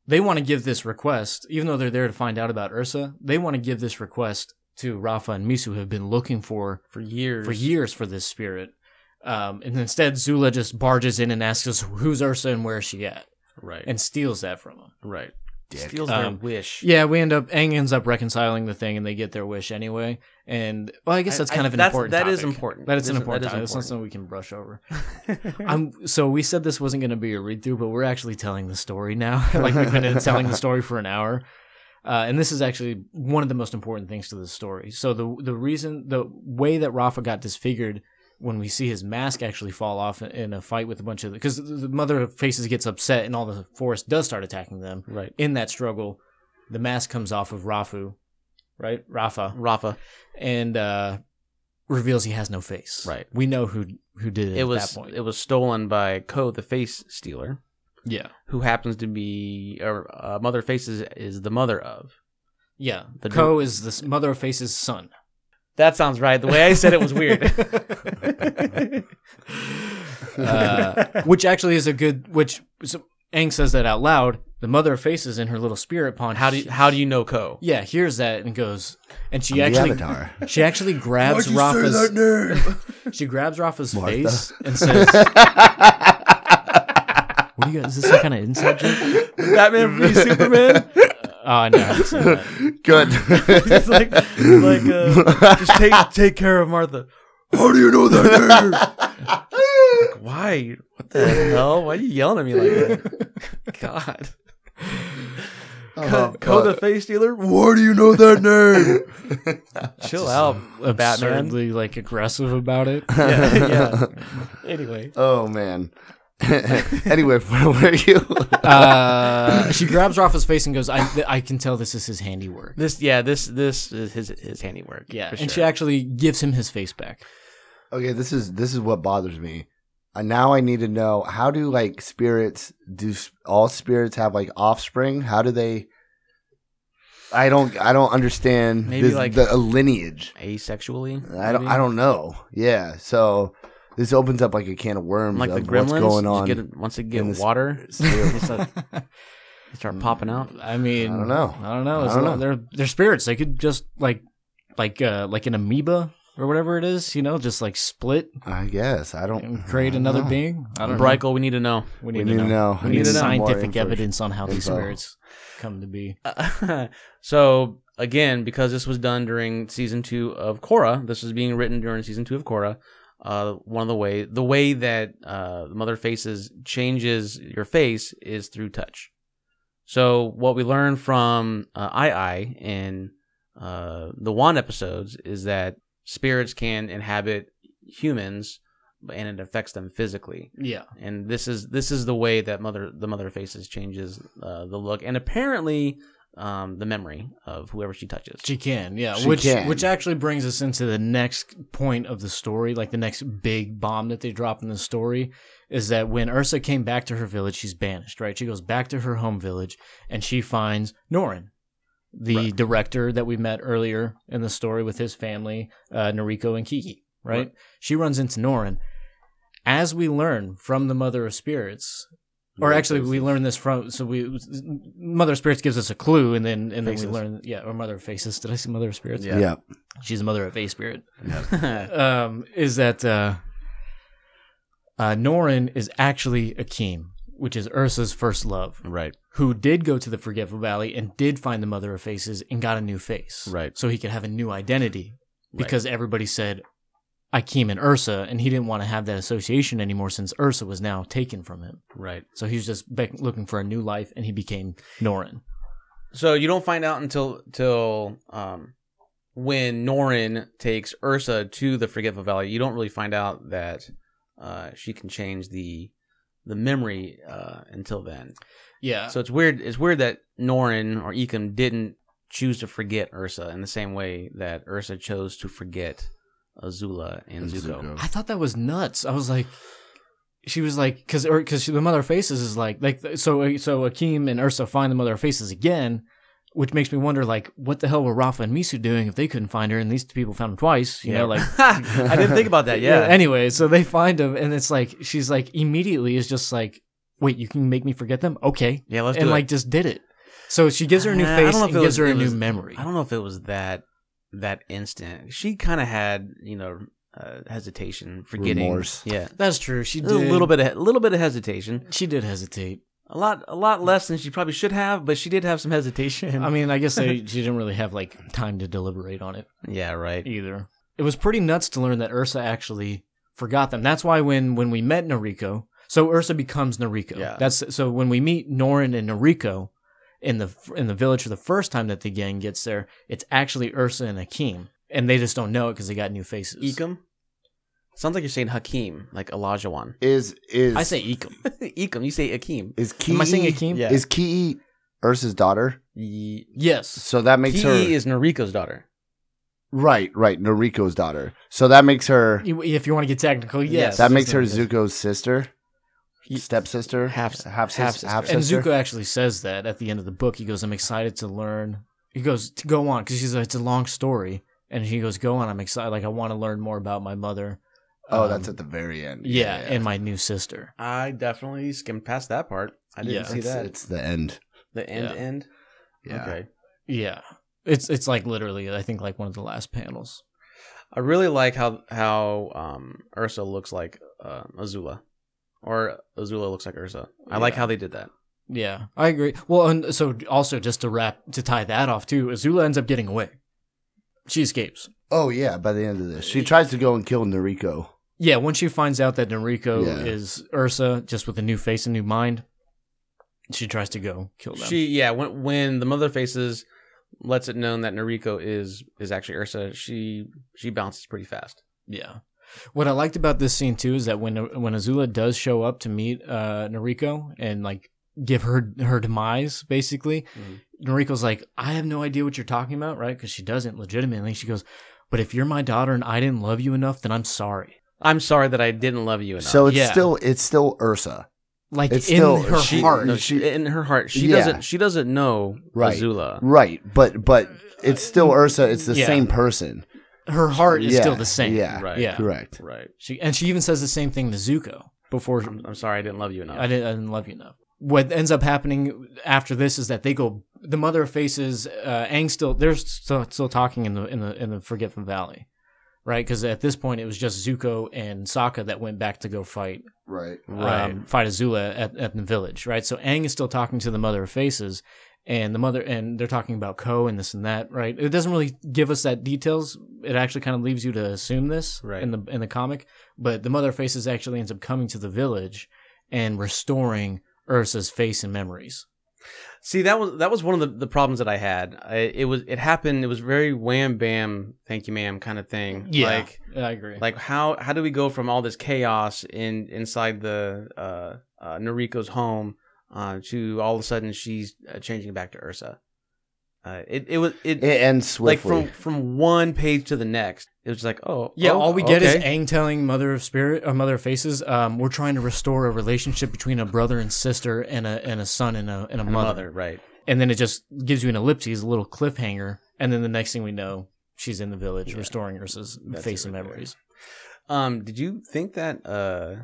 S4: they want to give this request, even though they're there to find out about Ursa. They want to give this request to Rafa and Misu, who have been looking for
S3: For years,
S4: for years for this spirit. Um, and instead, Zula just barges in and asks us, "Who's Ursa and where is she at?"
S3: right,
S4: and steals that from him.
S3: right,
S1: Dick.
S3: steals their
S4: Um,
S3: wish.
S4: Yeah, we end up Aang ends up reconciling the thing, and they get their wish anyway. And well, I guess
S3: I-
S4: that's
S3: I-
S4: kind of an
S3: that's-
S4: important.
S3: that
S4: That
S3: is
S4: is
S3: important.
S4: That is an
S3: This-
S4: important.
S3: that is
S4: topic. That's not
S3: important.
S4: something we can brush over. I'm so we said this wasn't going to be a read through, but we're actually telling the story now. like we've been telling the story for an hour. Uh, and this is actually one of the most important things to the story. So the the reason, the way that Rafa got disfigured when we see his mask actually fall off in a fight with a bunch of because the, the mother of faces gets upset and all the forest does start attacking them
S3: Right.
S4: in that struggle, the mask comes off of Rafu, right? Rafa,
S3: Rafa.
S4: and uh, reveals he has no face.
S3: Right.
S4: We know who who did it,
S3: It
S4: at
S3: was
S4: that point.
S3: it was stolen by Ko, the face stealer,
S4: yeah,
S3: who happens to be or uh, Mother Faces is the mother of.
S4: yeah.
S3: The
S4: Ko is the s- mother of faces' son.
S3: That sounds right. The way I said it was weird.
S4: Uh, which actually is a good. Which so Aang says that out loud. The mother of faces in her little spirit pond.
S3: how do you, how do you know Ko?
S4: yeah, hears that and goes, and she
S1: The
S4: actually
S1: Avatar.
S4: she actually grabs Rafa's she grabs Rafa's
S1: Martha.
S4: face and says, "What do you? Is this some kind of inside joke?"
S3: Batman v Superman.
S4: Oh, I know. I've seen that.
S1: Good.
S3: It's like like uh, just take take care of Martha.
S1: How do you know that?
S3: Why? What the hell? Why are you yelling at me like that? God.
S1: Oh,
S3: Ko the face stealer.
S1: Why do you know that name?
S3: Chill out, Batman.
S4: absurdly like aggressive about it.
S3: Yeah, yeah. Anyway.
S1: Oh man. anyway, where were you?
S4: Uh, she grabs Rafa's face and goes, "I th- I can tell this is his handiwork."
S3: This yeah, this this is his his handiwork.
S4: Yeah,
S3: for
S4: and she
S3: sure.
S4: actually gives him his face back.
S1: okay, this is this is what bothers me. And now I need to know how do like spirits do s- all spirits have like offspring? How do they I don't I don't understand
S3: Maybe,
S1: this-
S3: like-
S1: the a lineage.
S3: asexually.
S1: I don't
S3: maybe?
S1: I don't know. Yeah. So this opens up like a can of worms
S3: like
S1: of
S3: the gremlins.
S1: what's going
S3: you
S1: on.
S3: get- once they get
S1: in this- Mm.
S3: water, they start, they start popping out.
S4: I mean,
S1: I don't know.
S4: I don't know.
S1: I
S4: It's
S1: don't
S4: a lot-
S1: know.
S4: They're they're spirits. They could just like like uh, like an amoeba or whatever it is. You know, just like split
S1: I guess I don't
S4: and create another
S1: know.
S4: being. I don't know.
S3: Brickle, we need to know.
S4: We
S1: We need to know.
S4: We
S1: We
S4: need
S1: need some more
S4: scientific
S1: info-
S4: evidence on how these
S1: info.
S4: spirits come to be.
S3: so again, because this was done during season two of Korra, this was being written during season two of Korra. Uh, one of the way the way that uh, Mother Faces changes your face is through touch. So what we learned from uh, I I in uh, the One episodes is that spirits can inhabit humans, and it affects them physically
S4: Yeah.
S3: and this is this is the way that mother the mother faces changes uh, the look and apparently um, the memory of whoever she touches.
S4: She can, yeah.
S1: She
S4: which
S1: can.
S4: which actually brings us into the next point of the story, like the next big bomb that they drop in the story is that when Ursa came back to her village, she's banished, right? She goes back to her home village and she finds Norin, the
S3: Right.
S4: director that we met earlier in the story with his family, uh, Noriko and Kiki, right?
S3: Right.
S4: She runs into Norin. As we learn from the Mother of Spirits, or actually we learn this from so we mother of spirits gives us a clue and then and
S3: Faces.
S4: then we learn yeah or mother of faces did i say mother of spirits
S3: Yeah.
S1: Yeah.
S4: she's a mother of a spirit
S3: yeah,
S4: um is that uh uh norin is actually akeem which is ursa's first love
S3: right,
S4: who did go to the forgetful valley and did find the mother of faces and got a new face
S3: Right.
S4: so he could have a new identity
S3: Right.
S4: because everybody said akeem and ursa and he didn't want to have that association anymore since ursa was now taken from him
S3: right.
S4: so he was just be- looking for a new life, and he became Norin.
S3: So you don't find out until till um, when Norin takes Ursa to the Forgetful Valley. You don't really find out that uh, she can change the the memory uh, until then.
S4: Yeah.
S3: So it's weird. It's weird that Norin or Ekim didn't choose to forget Ursa in the same way that Ursa chose to forget Azula and Zuko.
S4: I thought that was nuts. I was like, she was like, because because the Mother of Faces is like like so so Akeem and Ursa find the Mother of Faces again, which makes me wonder like what the hell were Rafa and Misu doing if they couldn't find her and these two people found them twice? You know, like
S3: I didn't think about that. Yeah,
S4: Anyway, so they find him, and it's like she's like immediately is just like, wait, you can make me forget them? Okay,
S3: yeah. Let's
S4: and
S3: do
S4: like
S3: it.
S4: just did it. So she gives her a new
S3: Uh, I
S4: face
S3: don't know
S4: and
S3: if it
S4: gives her
S3: was- it
S4: a new
S3: was-
S4: memory.
S3: I don't know if it was that that instant. She kind of had you know uh, hesitation, forgetting.
S1: Remorse.
S3: Yeah,
S4: That's true. She
S3: a
S4: did
S3: little bit, of, a little bit of hesitation.
S4: She did hesitate.
S3: A lot, a lot less than she probably should have, but she did have some hesitation.
S4: I mean, I guess they, she didn't really have like time to deliberate on it
S3: yeah, right.
S4: either. It was pretty nuts to learn that Ursa actually forgot them. That's why when when we met Noriko, so Ursa becomes Noriko.
S3: Yeah.
S4: That's so when we meet Norin and Noriko in the in the village for the first time that the gang gets there, it's actually Ursa and Akeem, and they just don't know it because they got new faces.
S3: Ekim. Sounds like you're saying Hakim, like Olajuwon.
S1: Is is
S4: I say Ekum.
S3: Ekim, you say Akim.
S1: is Ki
S4: Am I saying Akeem?
S3: Yeah.
S1: is Ki Ursa's daughter?
S4: Yes.
S1: So that makes
S3: Ki
S1: her
S3: is Noriko's daughter.
S1: right, right, Noriko's daughter. So that makes her
S4: You- If you want to get technical, yes.
S1: that makes her
S4: That's not-
S1: Zuko's sister, stepsister,
S3: Half-
S1: half sister,
S3: half-sister.
S1: half
S4: And
S1: sister.
S4: Zuko actually says that at the end of the book. He goes, "I'm excited to learn." He goes, "To go on," because she's like, "It's a long story," and he goes, "Go on. I'm excited. Like I want to learn more about my mother."
S1: oh,
S4: Um,
S1: that's at the very end.
S4: yeah, and my new sister.
S3: I definitely skimmed past that part. I didn't
S4: Yeah.
S3: see
S1: it's,
S3: that.
S1: it's the end.
S3: the end
S4: yeah.
S3: end.
S1: Yeah.
S3: Okay.
S4: Yeah, it's it's like literally, I think like one of the last panels.
S3: I really like how how um, Ursa looks like uh, Azula, or Azula looks like Ursa. I like
S4: Yeah.
S3: how they did that.
S4: Yeah, I agree. Well, and so also just to wrap to tie that off too, Azula ends up getting away. She escapes.
S1: Oh yeah, by the end of this, she tries to go and kill Noriko.
S4: Yeah, once she finds out that Noriko
S1: Yeah.
S4: is Ursa, just with a new face and new mind, she tries to go kill them.
S3: She yeah when when the mother faces lets it known that Noriko is is actually Ursa. She she bounces pretty fast.
S4: Yeah. What I liked about this scene too is that when when Azula does show up to meet uh, Noriko and like give her her demise, basically,
S3: Mhm.
S4: Noriko's like, "I have no idea what you're talking about, right?" Because she doesn't legitimately. She goes, "But if you're my daughter and I didn't love you enough, then I'm sorry."
S3: I'm sorry that I didn't love you enough.
S1: So it's
S4: Yeah.
S1: still it's still Ursa.
S4: Like
S1: It's
S4: in
S1: still-
S4: her
S1: she-
S4: heart.
S3: no,
S1: she-
S3: she, in her heart she
S1: Yeah.
S3: doesn't she doesn't know
S1: Right.
S3: Azula.
S1: Right, but but it's still Ursa. It's the
S4: Yeah.
S1: same person.
S4: her heart is
S1: Yeah,
S4: still the same.
S1: Yeah,
S3: Right.
S4: Yeah.
S1: correct.
S3: Right.
S4: She and she even says the same thing to Zuko before.
S3: I'm, I'm sorry I didn't love you enough.
S4: I didn't, I didn't love you enough. what ends up happening after this is that they go the mother of faces uh Aang still they're still, still talking in the in the in the Forgetful Valley. Right? Cuz at this point it was just Zuko and Sokka that went back to go fight
S1: Right.
S3: Right.
S4: um, fight Azula at, at the village, right? So Aang is still talking to the Mother of Faces, and the mother, and they're talking about Ko and this and that, right? It doesn't really give us that details. It actually kind of leaves you to assume this
S3: Right.
S4: in the in the comic, but the Mother of Faces actually ends up coming to the village and restoring Ursa's face and memories.
S3: See, that was that was one of the, the problems that I had. I, it was it happened. It was very wham bam, thank you, ma'am, kind of thing. Like
S4: I agree.
S3: like how how do we go from all this chaos in inside the uh, uh, Nariko's home uh, to all of a sudden she's uh, changing back to Ursa? Uh, it it was it,
S1: It ends
S3: like
S1: swiftly.
S3: from from one page to the next. It was like oh
S4: yeah,
S3: oh,
S4: all we get is
S3: okay.
S4: Aang telling Mother of Spirit or Mother of Faces, um, we're trying to restore a relationship between a brother and sister and a and a son and a and a
S3: And a
S4: mother.
S3: mother, right?
S4: and then it just gives you an ellipses, a little cliffhanger, and then the next thing we know, she's in the village
S3: Yeah.
S4: restoring Ursa's
S3: That's
S4: face
S3: it
S4: and
S3: right
S4: memories.
S3: Um, did you think that uh,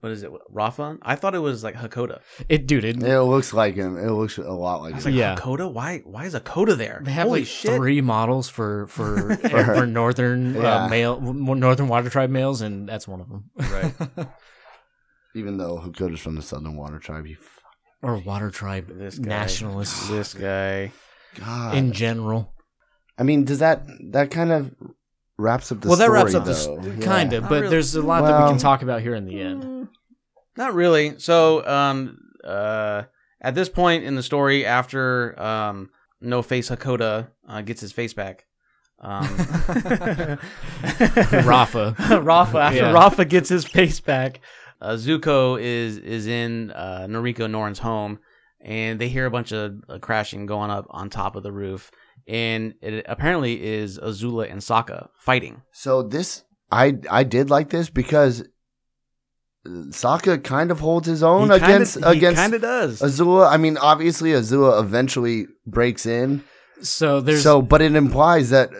S3: what is it, Rafa? I thought it was like Hakoda.
S4: It, dude, it,
S1: it looks like him. It looks a lot like
S3: I was
S1: him.
S3: like,
S4: Yeah.
S3: Hakoda? Why? Why is Hakoda there?
S4: they have
S3: Holy
S4: like
S3: shit!
S4: three models for for
S1: For-
S4: for northern
S1: Yeah.
S4: uh, male w- northern water tribe males, and that's one of them. Right.
S1: Even though Hakoda's from the Southern Water Tribe, you f-
S4: or water tribe
S3: This guy.
S4: nationalists
S3: This guy.
S1: God.
S4: in general.
S1: I mean, does that that kind of wraps up the
S4: well, that
S1: story,
S4: wraps up
S1: though.
S4: the
S1: Yeah.
S4: kind of,
S3: Not
S4: but
S3: really.
S4: there's a lot that we
S1: Well-
S4: can talk about here in the end.
S3: Not really. So, um, uh, at this point in the story, after um, No Face Hakoda uh, gets his face back, um,
S4: Rafa,
S3: Rafa after
S4: Yeah.
S3: Rafa gets his face back, uh, Zuko is is in uh, Noriko Norin's home, and they hear a bunch of uh, crashing going up on top of the roof, and it apparently is Azula and Sokka fighting.
S1: So this, I I did like this because Sokka kind of holds his own against against
S3: kind of does.
S1: Azula. I mean, obviously Azula eventually breaks in.
S4: so there's
S1: so, but it implies that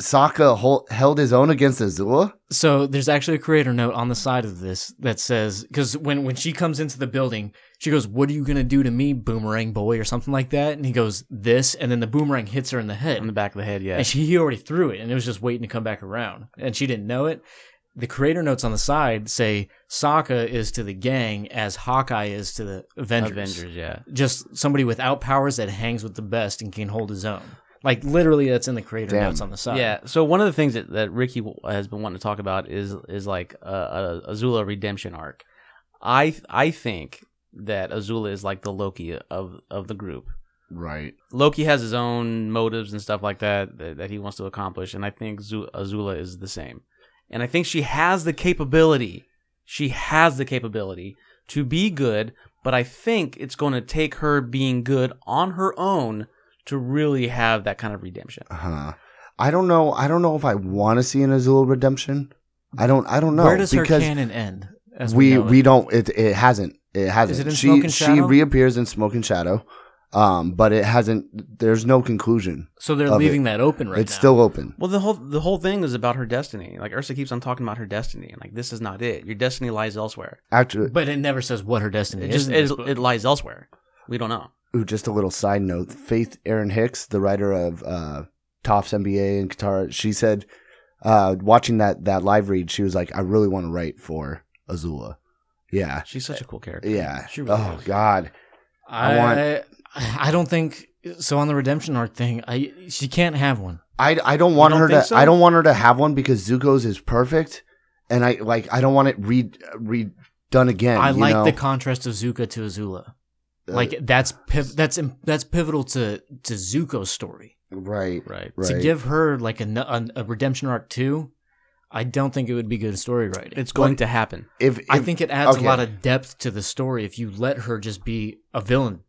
S1: Sokka hol- held his own against Azula.
S4: So there's actually a creator note on the side of this that says because when when she comes into the building, she goes, "What are you gonna do to me, boomerang boy?" or something like that, and he goes, "This," and then the boomerang hits her in the head,
S3: on the back of the head, yeah.
S4: and she he already threw it, and it was just waiting to come back around, and she didn't know it. The creator notes on the side say Sokka is to the gang as Hawkeye is to the Avengers.
S3: Avengers, yeah.
S4: Just somebody without powers that hangs with the best and can hold his own. Like literally, that's in the creator
S1: Damn.
S4: notes on the side.
S3: Yeah. So one of the things that, that Ricky w- has been wanting to talk about is is like uh, a Azula redemption arc. I I think that Azula is like the Loki of of the group.
S1: Right.
S3: Loki has his own motives and stuff like that that, that he wants to accomplish, and I think Zu- Azula is the same. And I think she has the capability. She has the capability to be good, but I think it's going to take her being good on her own to really have that kind of redemption.
S1: Huh. Uh-huh. I don't know. I don't know if I want to see an Azula redemption. I don't. I don't know.
S4: Where does her
S1: because
S4: canon end? as
S1: we
S4: know it?
S1: we don't it it hasn't it hasn't
S4: it in
S1: she
S4: Smoke and
S1: she
S4: Shadow?
S1: reappears in smoke and shadow um but it hasn't there's no conclusion
S4: So they're
S1: of
S4: leaving that open right
S1: it's
S4: now.
S1: still open
S3: Well, the whole the whole thing is about her destiny. Like Ursa keeps on talking about her destiny, and like this is not it. Your destiny lies elsewhere.
S1: actually
S4: but it never says what her destiny
S3: It
S4: is.
S3: just
S4: in this
S3: it,
S4: book.
S3: it lies elsewhere. We don't know.
S1: ooh, just a little side note faith aaron hicks the writer of uh toff's mba and katara she said uh watching that that live read she was like i really want to write for azula yeah
S3: She's such a cool character.
S1: yeah
S3: She really
S1: oh
S3: is.
S1: god
S4: I,
S1: I want-
S4: I don't think so. On the redemption arc thing, I she can't have one.
S1: I, I don't want
S3: don't
S1: her to
S3: think so?
S1: I don't want her to have one because Zuko's is perfect, and I like I don't want it re redone again.
S4: I
S1: you
S4: like
S1: know? uh,
S4: the contrast of Zuko to Azula. Like that's piv- that's im- that's pivotal to to Zuko's story.
S1: right
S3: Right.
S1: right.
S4: To give her like a, n- a- a redemption arc too, I don't think it would be good story writing.
S3: It's going to happen.
S1: if,
S4: I
S1: if-
S4: think it adds
S1: okay.
S4: a lot of depth to the story if you let her just be a villain.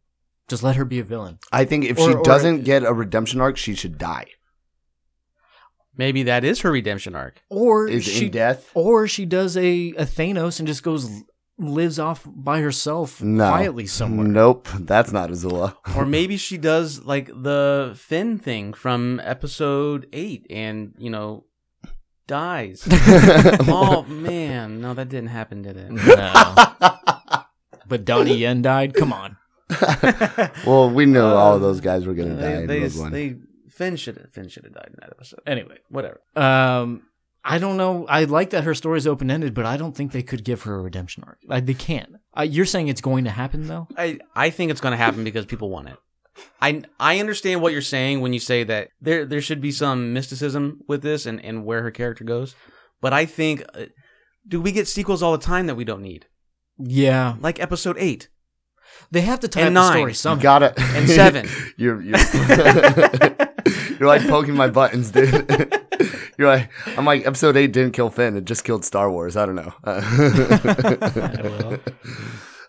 S4: Just let her be a villain.
S1: I think if
S4: or-
S1: she
S4: or-
S1: doesn't get a redemption arc, she should die.
S3: Maybe that is her redemption arc.
S4: Or
S1: Is
S4: she
S1: in death.
S4: Or she does a, a Thanos and just goes lives off by herself
S1: No.
S4: quietly somewhere.
S1: Nope, that's not Azula.
S3: Or maybe she does like the Finn thing from episode eight, and you know, dies. oh man, no, that didn't happen, did it?
S4: No. but Donnie Yen died. Come on.
S1: well, we knew
S4: Uh,
S1: all
S3: Um,
S1: those guys were gonna die
S3: They,
S1: in
S3: they,
S1: Rogue One.
S3: they Finn should Finn should have died in that episode.
S4: Anyway,
S3: Whatever.
S4: um, I don't know. I like that her story's open ended, but I don't think they could give her a redemption arc. Like they can't. Uh, you're saying it's going to happen though.
S3: I I think it's going to happen because people want it. I I understand what you're saying when you say that there there should be some mysticism with this and and where her character goes, but I think uh, do we get sequels all the time that we don't need?
S4: Yeah,
S3: Like episode 8
S4: they have to tie up
S3: And
S4: the
S3: nine.
S4: story
S1: you
S4: somehow.
S1: gotta
S3: and 7.
S1: you're you're, you're like poking my buttons, dude. you're like I'm like episode eight didn't kill Finn, it just killed Star Wars. I don't know.
S4: will.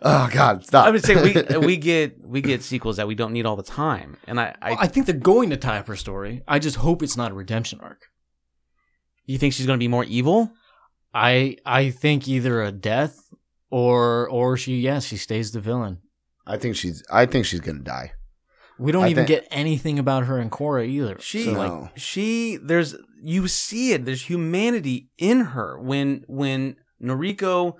S1: oh God,
S4: Uh.
S1: stop.
S3: I would say we uh, we get we get sequels that we don't need all the time. And I I,
S4: Well, I think they're going to tie up her story. I just hope it's not a redemption arc.
S3: you think she's going to be more evil?
S4: I I think either a death or or she yes she stays the villain.
S1: I think she's I think she's gonna die.
S4: We don't
S1: I
S4: even
S1: think-
S4: get anything about her and Cora either.
S3: She
S1: So- No.
S3: like she there's you see it. There's humanity in her when when Noriko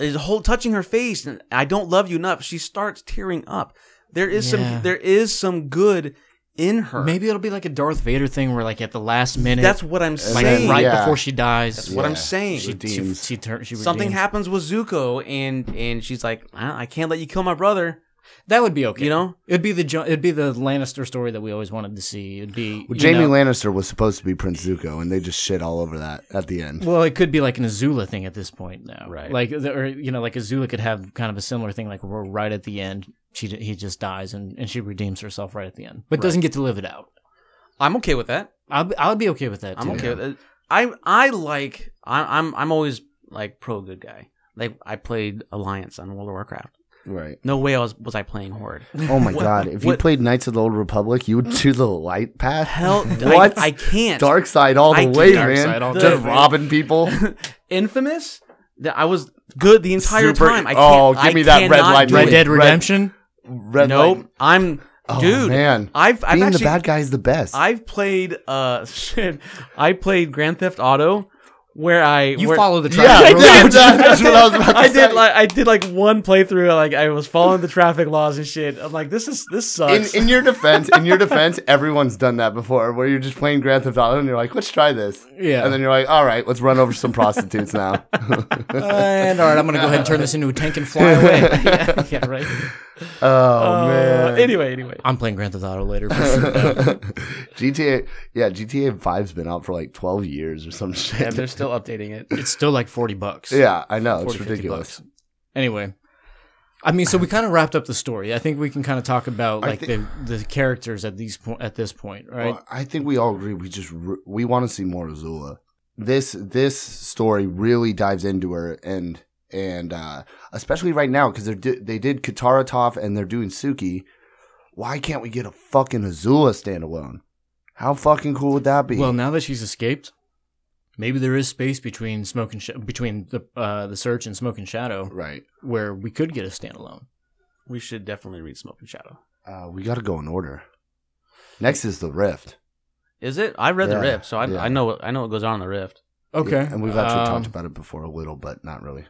S3: is whole touching her face and I don't love you enough. She starts tearing up. There is
S4: Yeah.
S3: some there is some good in her.
S4: Maybe it'll be like a Darth Vader thing where like at the last minute,
S3: that's what I'm
S1: Like,
S4: like
S3: saying.
S4: right
S1: Yeah.
S4: before she dies,
S3: That's what I'm
S1: Yeah.
S3: saying.
S4: she she,
S1: redeems.
S4: she, turn, she
S3: Something
S4: redeems.
S3: happens with Zuko and and she's like, I I can't let you kill my brother.
S4: That would be okay.
S3: You know,
S4: it'd be the Jo- it'd be the Lannister story that we always wanted to see. It'd be
S1: Well,
S4: you
S1: Jamie
S4: know-
S1: Lannister was supposed to be Prince Zuko, and they just shit all over that at the end.
S4: Well, it could be like an Azula thing at this point now,
S3: Right.
S4: Like, the- or you know, like Azula could have kind of a similar thing, like where right at the end, she he just dies and, and she redeems herself right at the end, but doesn't get to live it out.
S3: I'm okay with that.
S4: I'll be, I'll be okay with that.
S3: I'm
S4: too.
S3: okay with it. I I like I, I'm I'm always like pro good guy. Like I played Alliance on World of Warcraft.
S1: Right.
S3: No way I was was I playing Horde.
S1: Oh my
S3: What-
S1: God! If you
S3: what-
S1: played Knights of the Old Republic, you would do the light path.
S3: Hell,
S1: What?
S3: I, I can't.
S1: Dark side all the
S3: I
S1: way,
S3: can't.
S1: man.
S4: Side all
S1: Just
S3: day, man.
S1: robbing people.
S3: Infamous. That I was good the entire
S1: Super-
S3: time. I can't,
S1: oh, give
S3: I
S1: me that red
S3: cannot
S1: light,
S3: do
S4: Red
S1: Wait,
S3: it.
S4: Dead
S1: Red-
S4: Redemption.
S1: Red
S3: nope.
S1: light.
S3: I'm
S1: Oh,
S3: dude.
S1: man.
S3: I've I've
S1: Being
S3: actually
S1: the bad guy is the best.
S3: I've played uh shit. I played Grand Theft Auto where I
S4: You
S3: where,
S4: follow the track.
S1: yeah,
S4: rules.
S1: no, that's what I was about to
S3: I
S1: say.
S3: did like I did like one playthrough. Like I was following the traffic laws and shit. I'm like, this is this
S1: in,
S3: sucks.
S1: in your defense, in your defense, everyone's done that before, where you're just playing Grand Theft Auto and you're like, let's try this,
S4: Yeah.
S1: and then you're like, all right, let's run over some prostitutes now.
S4: and all right, I'm gonna go ahead and turn this into a tank and fly away. yeah, yeah, right.
S1: oh
S3: Uh,
S1: man,
S3: Anyway, anyway.
S4: I'm playing Grand Theft Auto later. For sure.
S1: GTA, yeah, GTA Five's been out for like 12 years or some
S3: Yeah,
S1: shit.
S3: they're still updating it.
S4: It's still like forty bucks.
S1: Yeah, I know it's
S4: 40, 50
S1: ridiculous.
S4: bucks. Anyway, I mean, so we kind of wrapped up the story. I think we can kind of talk about
S1: I
S4: like the the characters at these po- at this point, right?
S1: Well, I think we all agree. We just re- we want to see more Azula. This this story really dives into her, and and uh, especially right now because they di- they did Katara Toph and they're doing Suki. Why can't we get a fucking Azula standalone? How fucking cool would that be?
S4: Well, now that she's escaped, maybe there is space between smoke and sh- between the uh, the search and smoke and shadow
S1: right.
S4: where we could get a standalone.
S3: We should definitely read Smoke and Shadow.
S1: Uh, we got to go in order. Next is the Rift.
S3: Is it? I read
S1: Yeah,
S3: the Rift, so I,
S1: yeah.
S3: I know what I know what goes on in the Rift.
S4: Okay,
S1: and we've actually
S4: Um,
S1: talked about it before a little, but not really.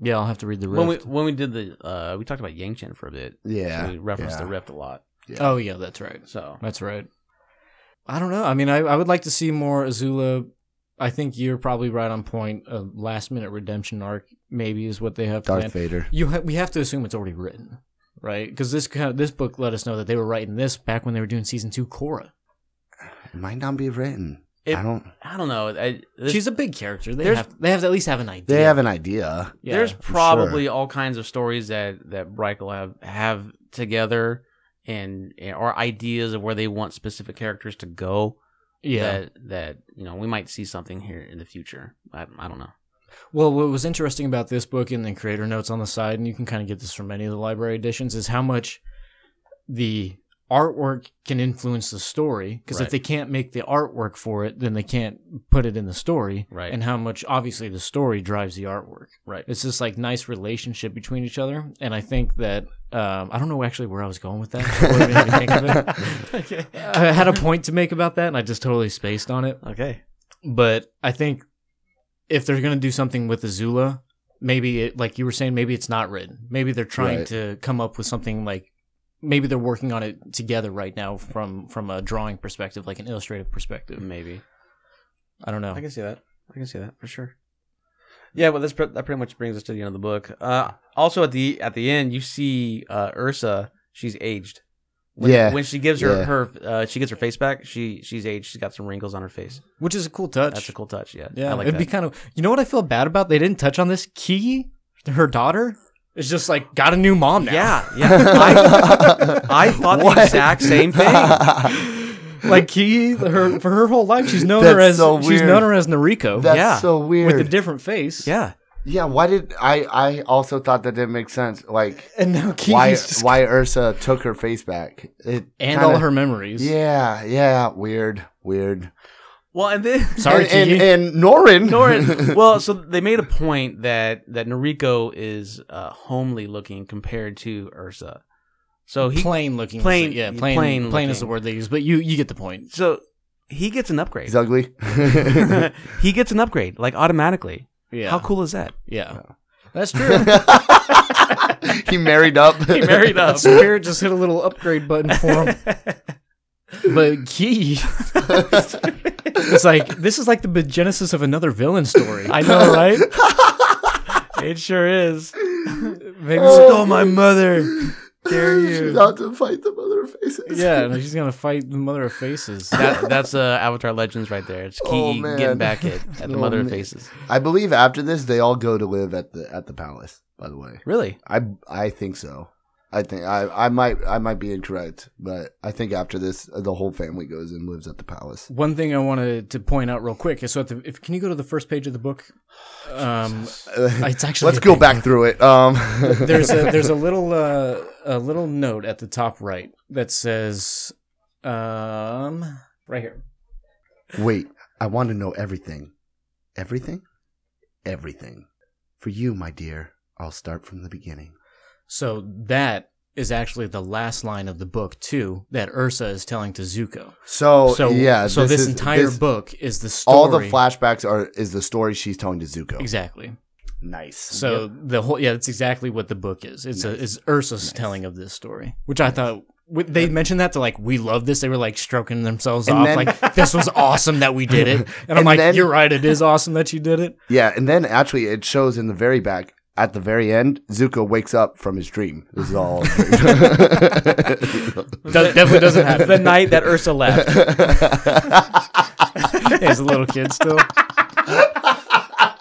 S4: Yeah, I'll have to read the rift.
S3: When we when we did the uh we talked about Yangchen for a bit.
S1: Yeah,
S3: So we referenced
S1: yeah.
S3: the Rift a lot.
S4: oh yeah, that's right.
S3: So
S4: That's right. I don't know. I mean, I, I would like to see more Azula. I think you're probably right on point. A last minute redemption arc maybe is what they have planned.
S1: Darth Vader.
S4: you ha- we have to assume it's already written, right? Because this kind of, this book let us know that they were writing this back when they were doing season two. Cora,
S1: It might not be written.
S3: It-
S1: I don't.
S3: I don't know. I, this,
S4: she's a big character. They
S3: there's-
S4: have they have to at least have an idea.
S1: They have an idea.
S4: Yeah.
S3: There's probably all kinds of stories that that Bright will have have together, and and- or ideas of where they want specific characters to go.
S4: yeah.
S3: That that you know we might see something here in the future. I, I don't know.
S4: Well, what was interesting about this book and the creator notes on the side, and you can kind of get this from any of the library editions, is how much the artwork can influence the story. Because if
S3: Right.
S4: they can't make the artwork for it, then they can't put it in the story.
S3: Right.
S4: And how much, obviously, the story drives the artwork.
S3: Right.
S4: It's this like nice relationship between each other, and I think that um, I don't know actually where I was going with that. What made me think of it. I had a point to make about that, and I just totally spaced on it
S3: Okay.
S4: but I think if they're gonna do something with Azula, maybe it, like you were saying maybe it's not written maybe they're trying
S1: Right.
S4: to come up with something like maybe they're working on it together right now from from a drawing perspective like an illustrative perspective
S3: Maybe.
S4: i don't know
S3: Mm. I can see that. I can see that for sure. Yeah, well, that's pre- that pretty much brings us to the end of the book. Uh, also, at the at the end, you see uh, Ursa. She's aged. When,
S1: Yeah.
S3: When she gives her
S1: Yeah.
S3: her uh, she gets her face back. She she's aged. She's got some wrinkles on her face.
S4: which is a cool touch
S3: That's a cool touch. Yeah.
S4: yeah
S3: I like
S4: it'd
S3: that.
S4: be kind of you know what i feel bad about they didn't touch on this key her daughter is just like got a new mom now
S3: yeah. Yeah. I, I thought
S1: What?
S3: the exact same thing.
S4: like Key, her for her whole life, she's known
S1: That's
S4: her as
S1: so
S4: she's
S1: weird.
S4: known her as Noriko
S1: That's
S3: Yeah.
S1: so weird.
S4: with a different face.
S3: Yeah.
S1: yeah, why did I? I also thought that didn't make sense. Like
S4: and now Kiki's
S1: why
S4: just
S1: why Ursa took her face back? It
S4: and
S1: kinda-
S4: all her memories.
S1: Yeah, yeah, weird, weird.
S3: Well, and then
S4: Sorry,
S1: and, and,
S4: Kiki.
S1: and Norin.
S3: Norin. well, so they made a point that that Noriko is uh, homely looking compared to Ursa. So he
S4: plain looking.
S3: Plain-
S4: Plain, yeah, plain.
S3: plain
S4: Plain, is the
S3: looking.
S4: word they use, but you you get the point.
S3: so he gets an upgrade.
S1: He's ugly.
S3: he gets an upgrade like automatically.
S4: Yeah,
S3: How cool is that?
S4: yeah, that's true.
S1: he married up.
S3: He married up.
S4: Spirit just hit a little upgrade button for him. But Key, it's like this is like the genesis of another villain story.
S3: I know, right? it sure is.
S4: Maybe
S3: Stole my mother. Dare
S1: She's
S3: you?
S1: out to fight the mother faces.
S4: yeah, and she's gonna fight the mother of faces.
S3: That, that's uh, Avatar Legends right there. It's Ki
S1: Oh, man.
S3: getting back at, at the
S1: Oh,
S3: mother
S1: man.
S3: faces.
S1: I believe after this they all go to live at the at the palace. By the way,
S3: Really?
S1: I I think so. I think I, I might I might be incorrect, but I think after this the whole family goes and lives at the palace.
S4: One thing I wanted to point out real quick is so at the, if can you go to the first page of the book? Um, it's actually
S1: Let's
S4: a
S1: go
S4: big
S1: back through it. Um,
S4: there's a there's a little uh, a little note at the top right that says um right here
S1: wait. I want to know everything, everything, everything. For you, my dear, I'll start from the beginning.
S4: so that is actually the last line of the book too that ursa is telling to zuko
S1: So,
S4: so
S1: Oh, yeah.
S4: so this,
S1: is-
S4: entire
S1: this-
S4: book is the story
S1: all the flashbacks are is the story she's telling to Zuko.
S4: exactly
S1: Nice.
S4: so the whole yeah that's exactly what the book is it's a, is ursa's telling of this story which i thought w- they mentioned that to like we love this. They were like stroking themselves
S1: And
S4: off,
S1: then-
S4: like this was awesome that we did it. And, I'm
S1: And
S4: like,
S1: then-
S4: you're right, it is awesome that you did it.
S1: Yeah, and then actually it shows in the very back at the very end, Zuko wakes up from his dream. This is all.
S4: Does, definitely doesn't happen.
S3: The night that Ursa left.
S4: as a little kid still.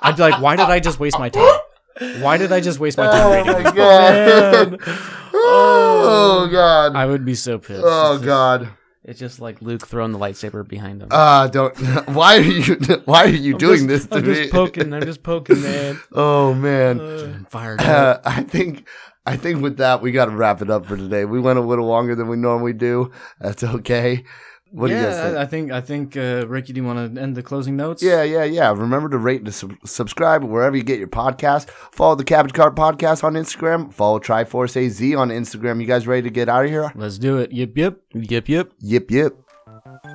S4: I'd be like, why did I just waste my time? Why did I just waste my time reading this?
S1: Oh god. oh god.
S4: I would be so pissed.
S1: Oh god.
S3: It's just like Luke throwing the lightsaber behind him.
S1: Ah, don't. Why are you? Why are you doing this to
S3: I'm
S1: me?
S3: just poking. I'm just poking, man.
S1: Oh man.
S4: I'm fired up.
S1: Uh, I think I think with that we got to wrap it up for today. We went a little longer than we normally do. That's okay. What do you guys
S4: yeah,
S1: think?
S4: I, I think I think uh, Ricky, do you want to end the closing notes?
S1: Yeah, yeah, yeah. Remember to rate and sub- subscribe wherever you get your podcast. Follow the Cabbage Cart Podcast on Instagram. Follow Triforce AZ on Instagram. You guys ready to get out of here?
S4: Let's do it. Yep, yep.
S3: Yep, yep.
S1: Yip, yip.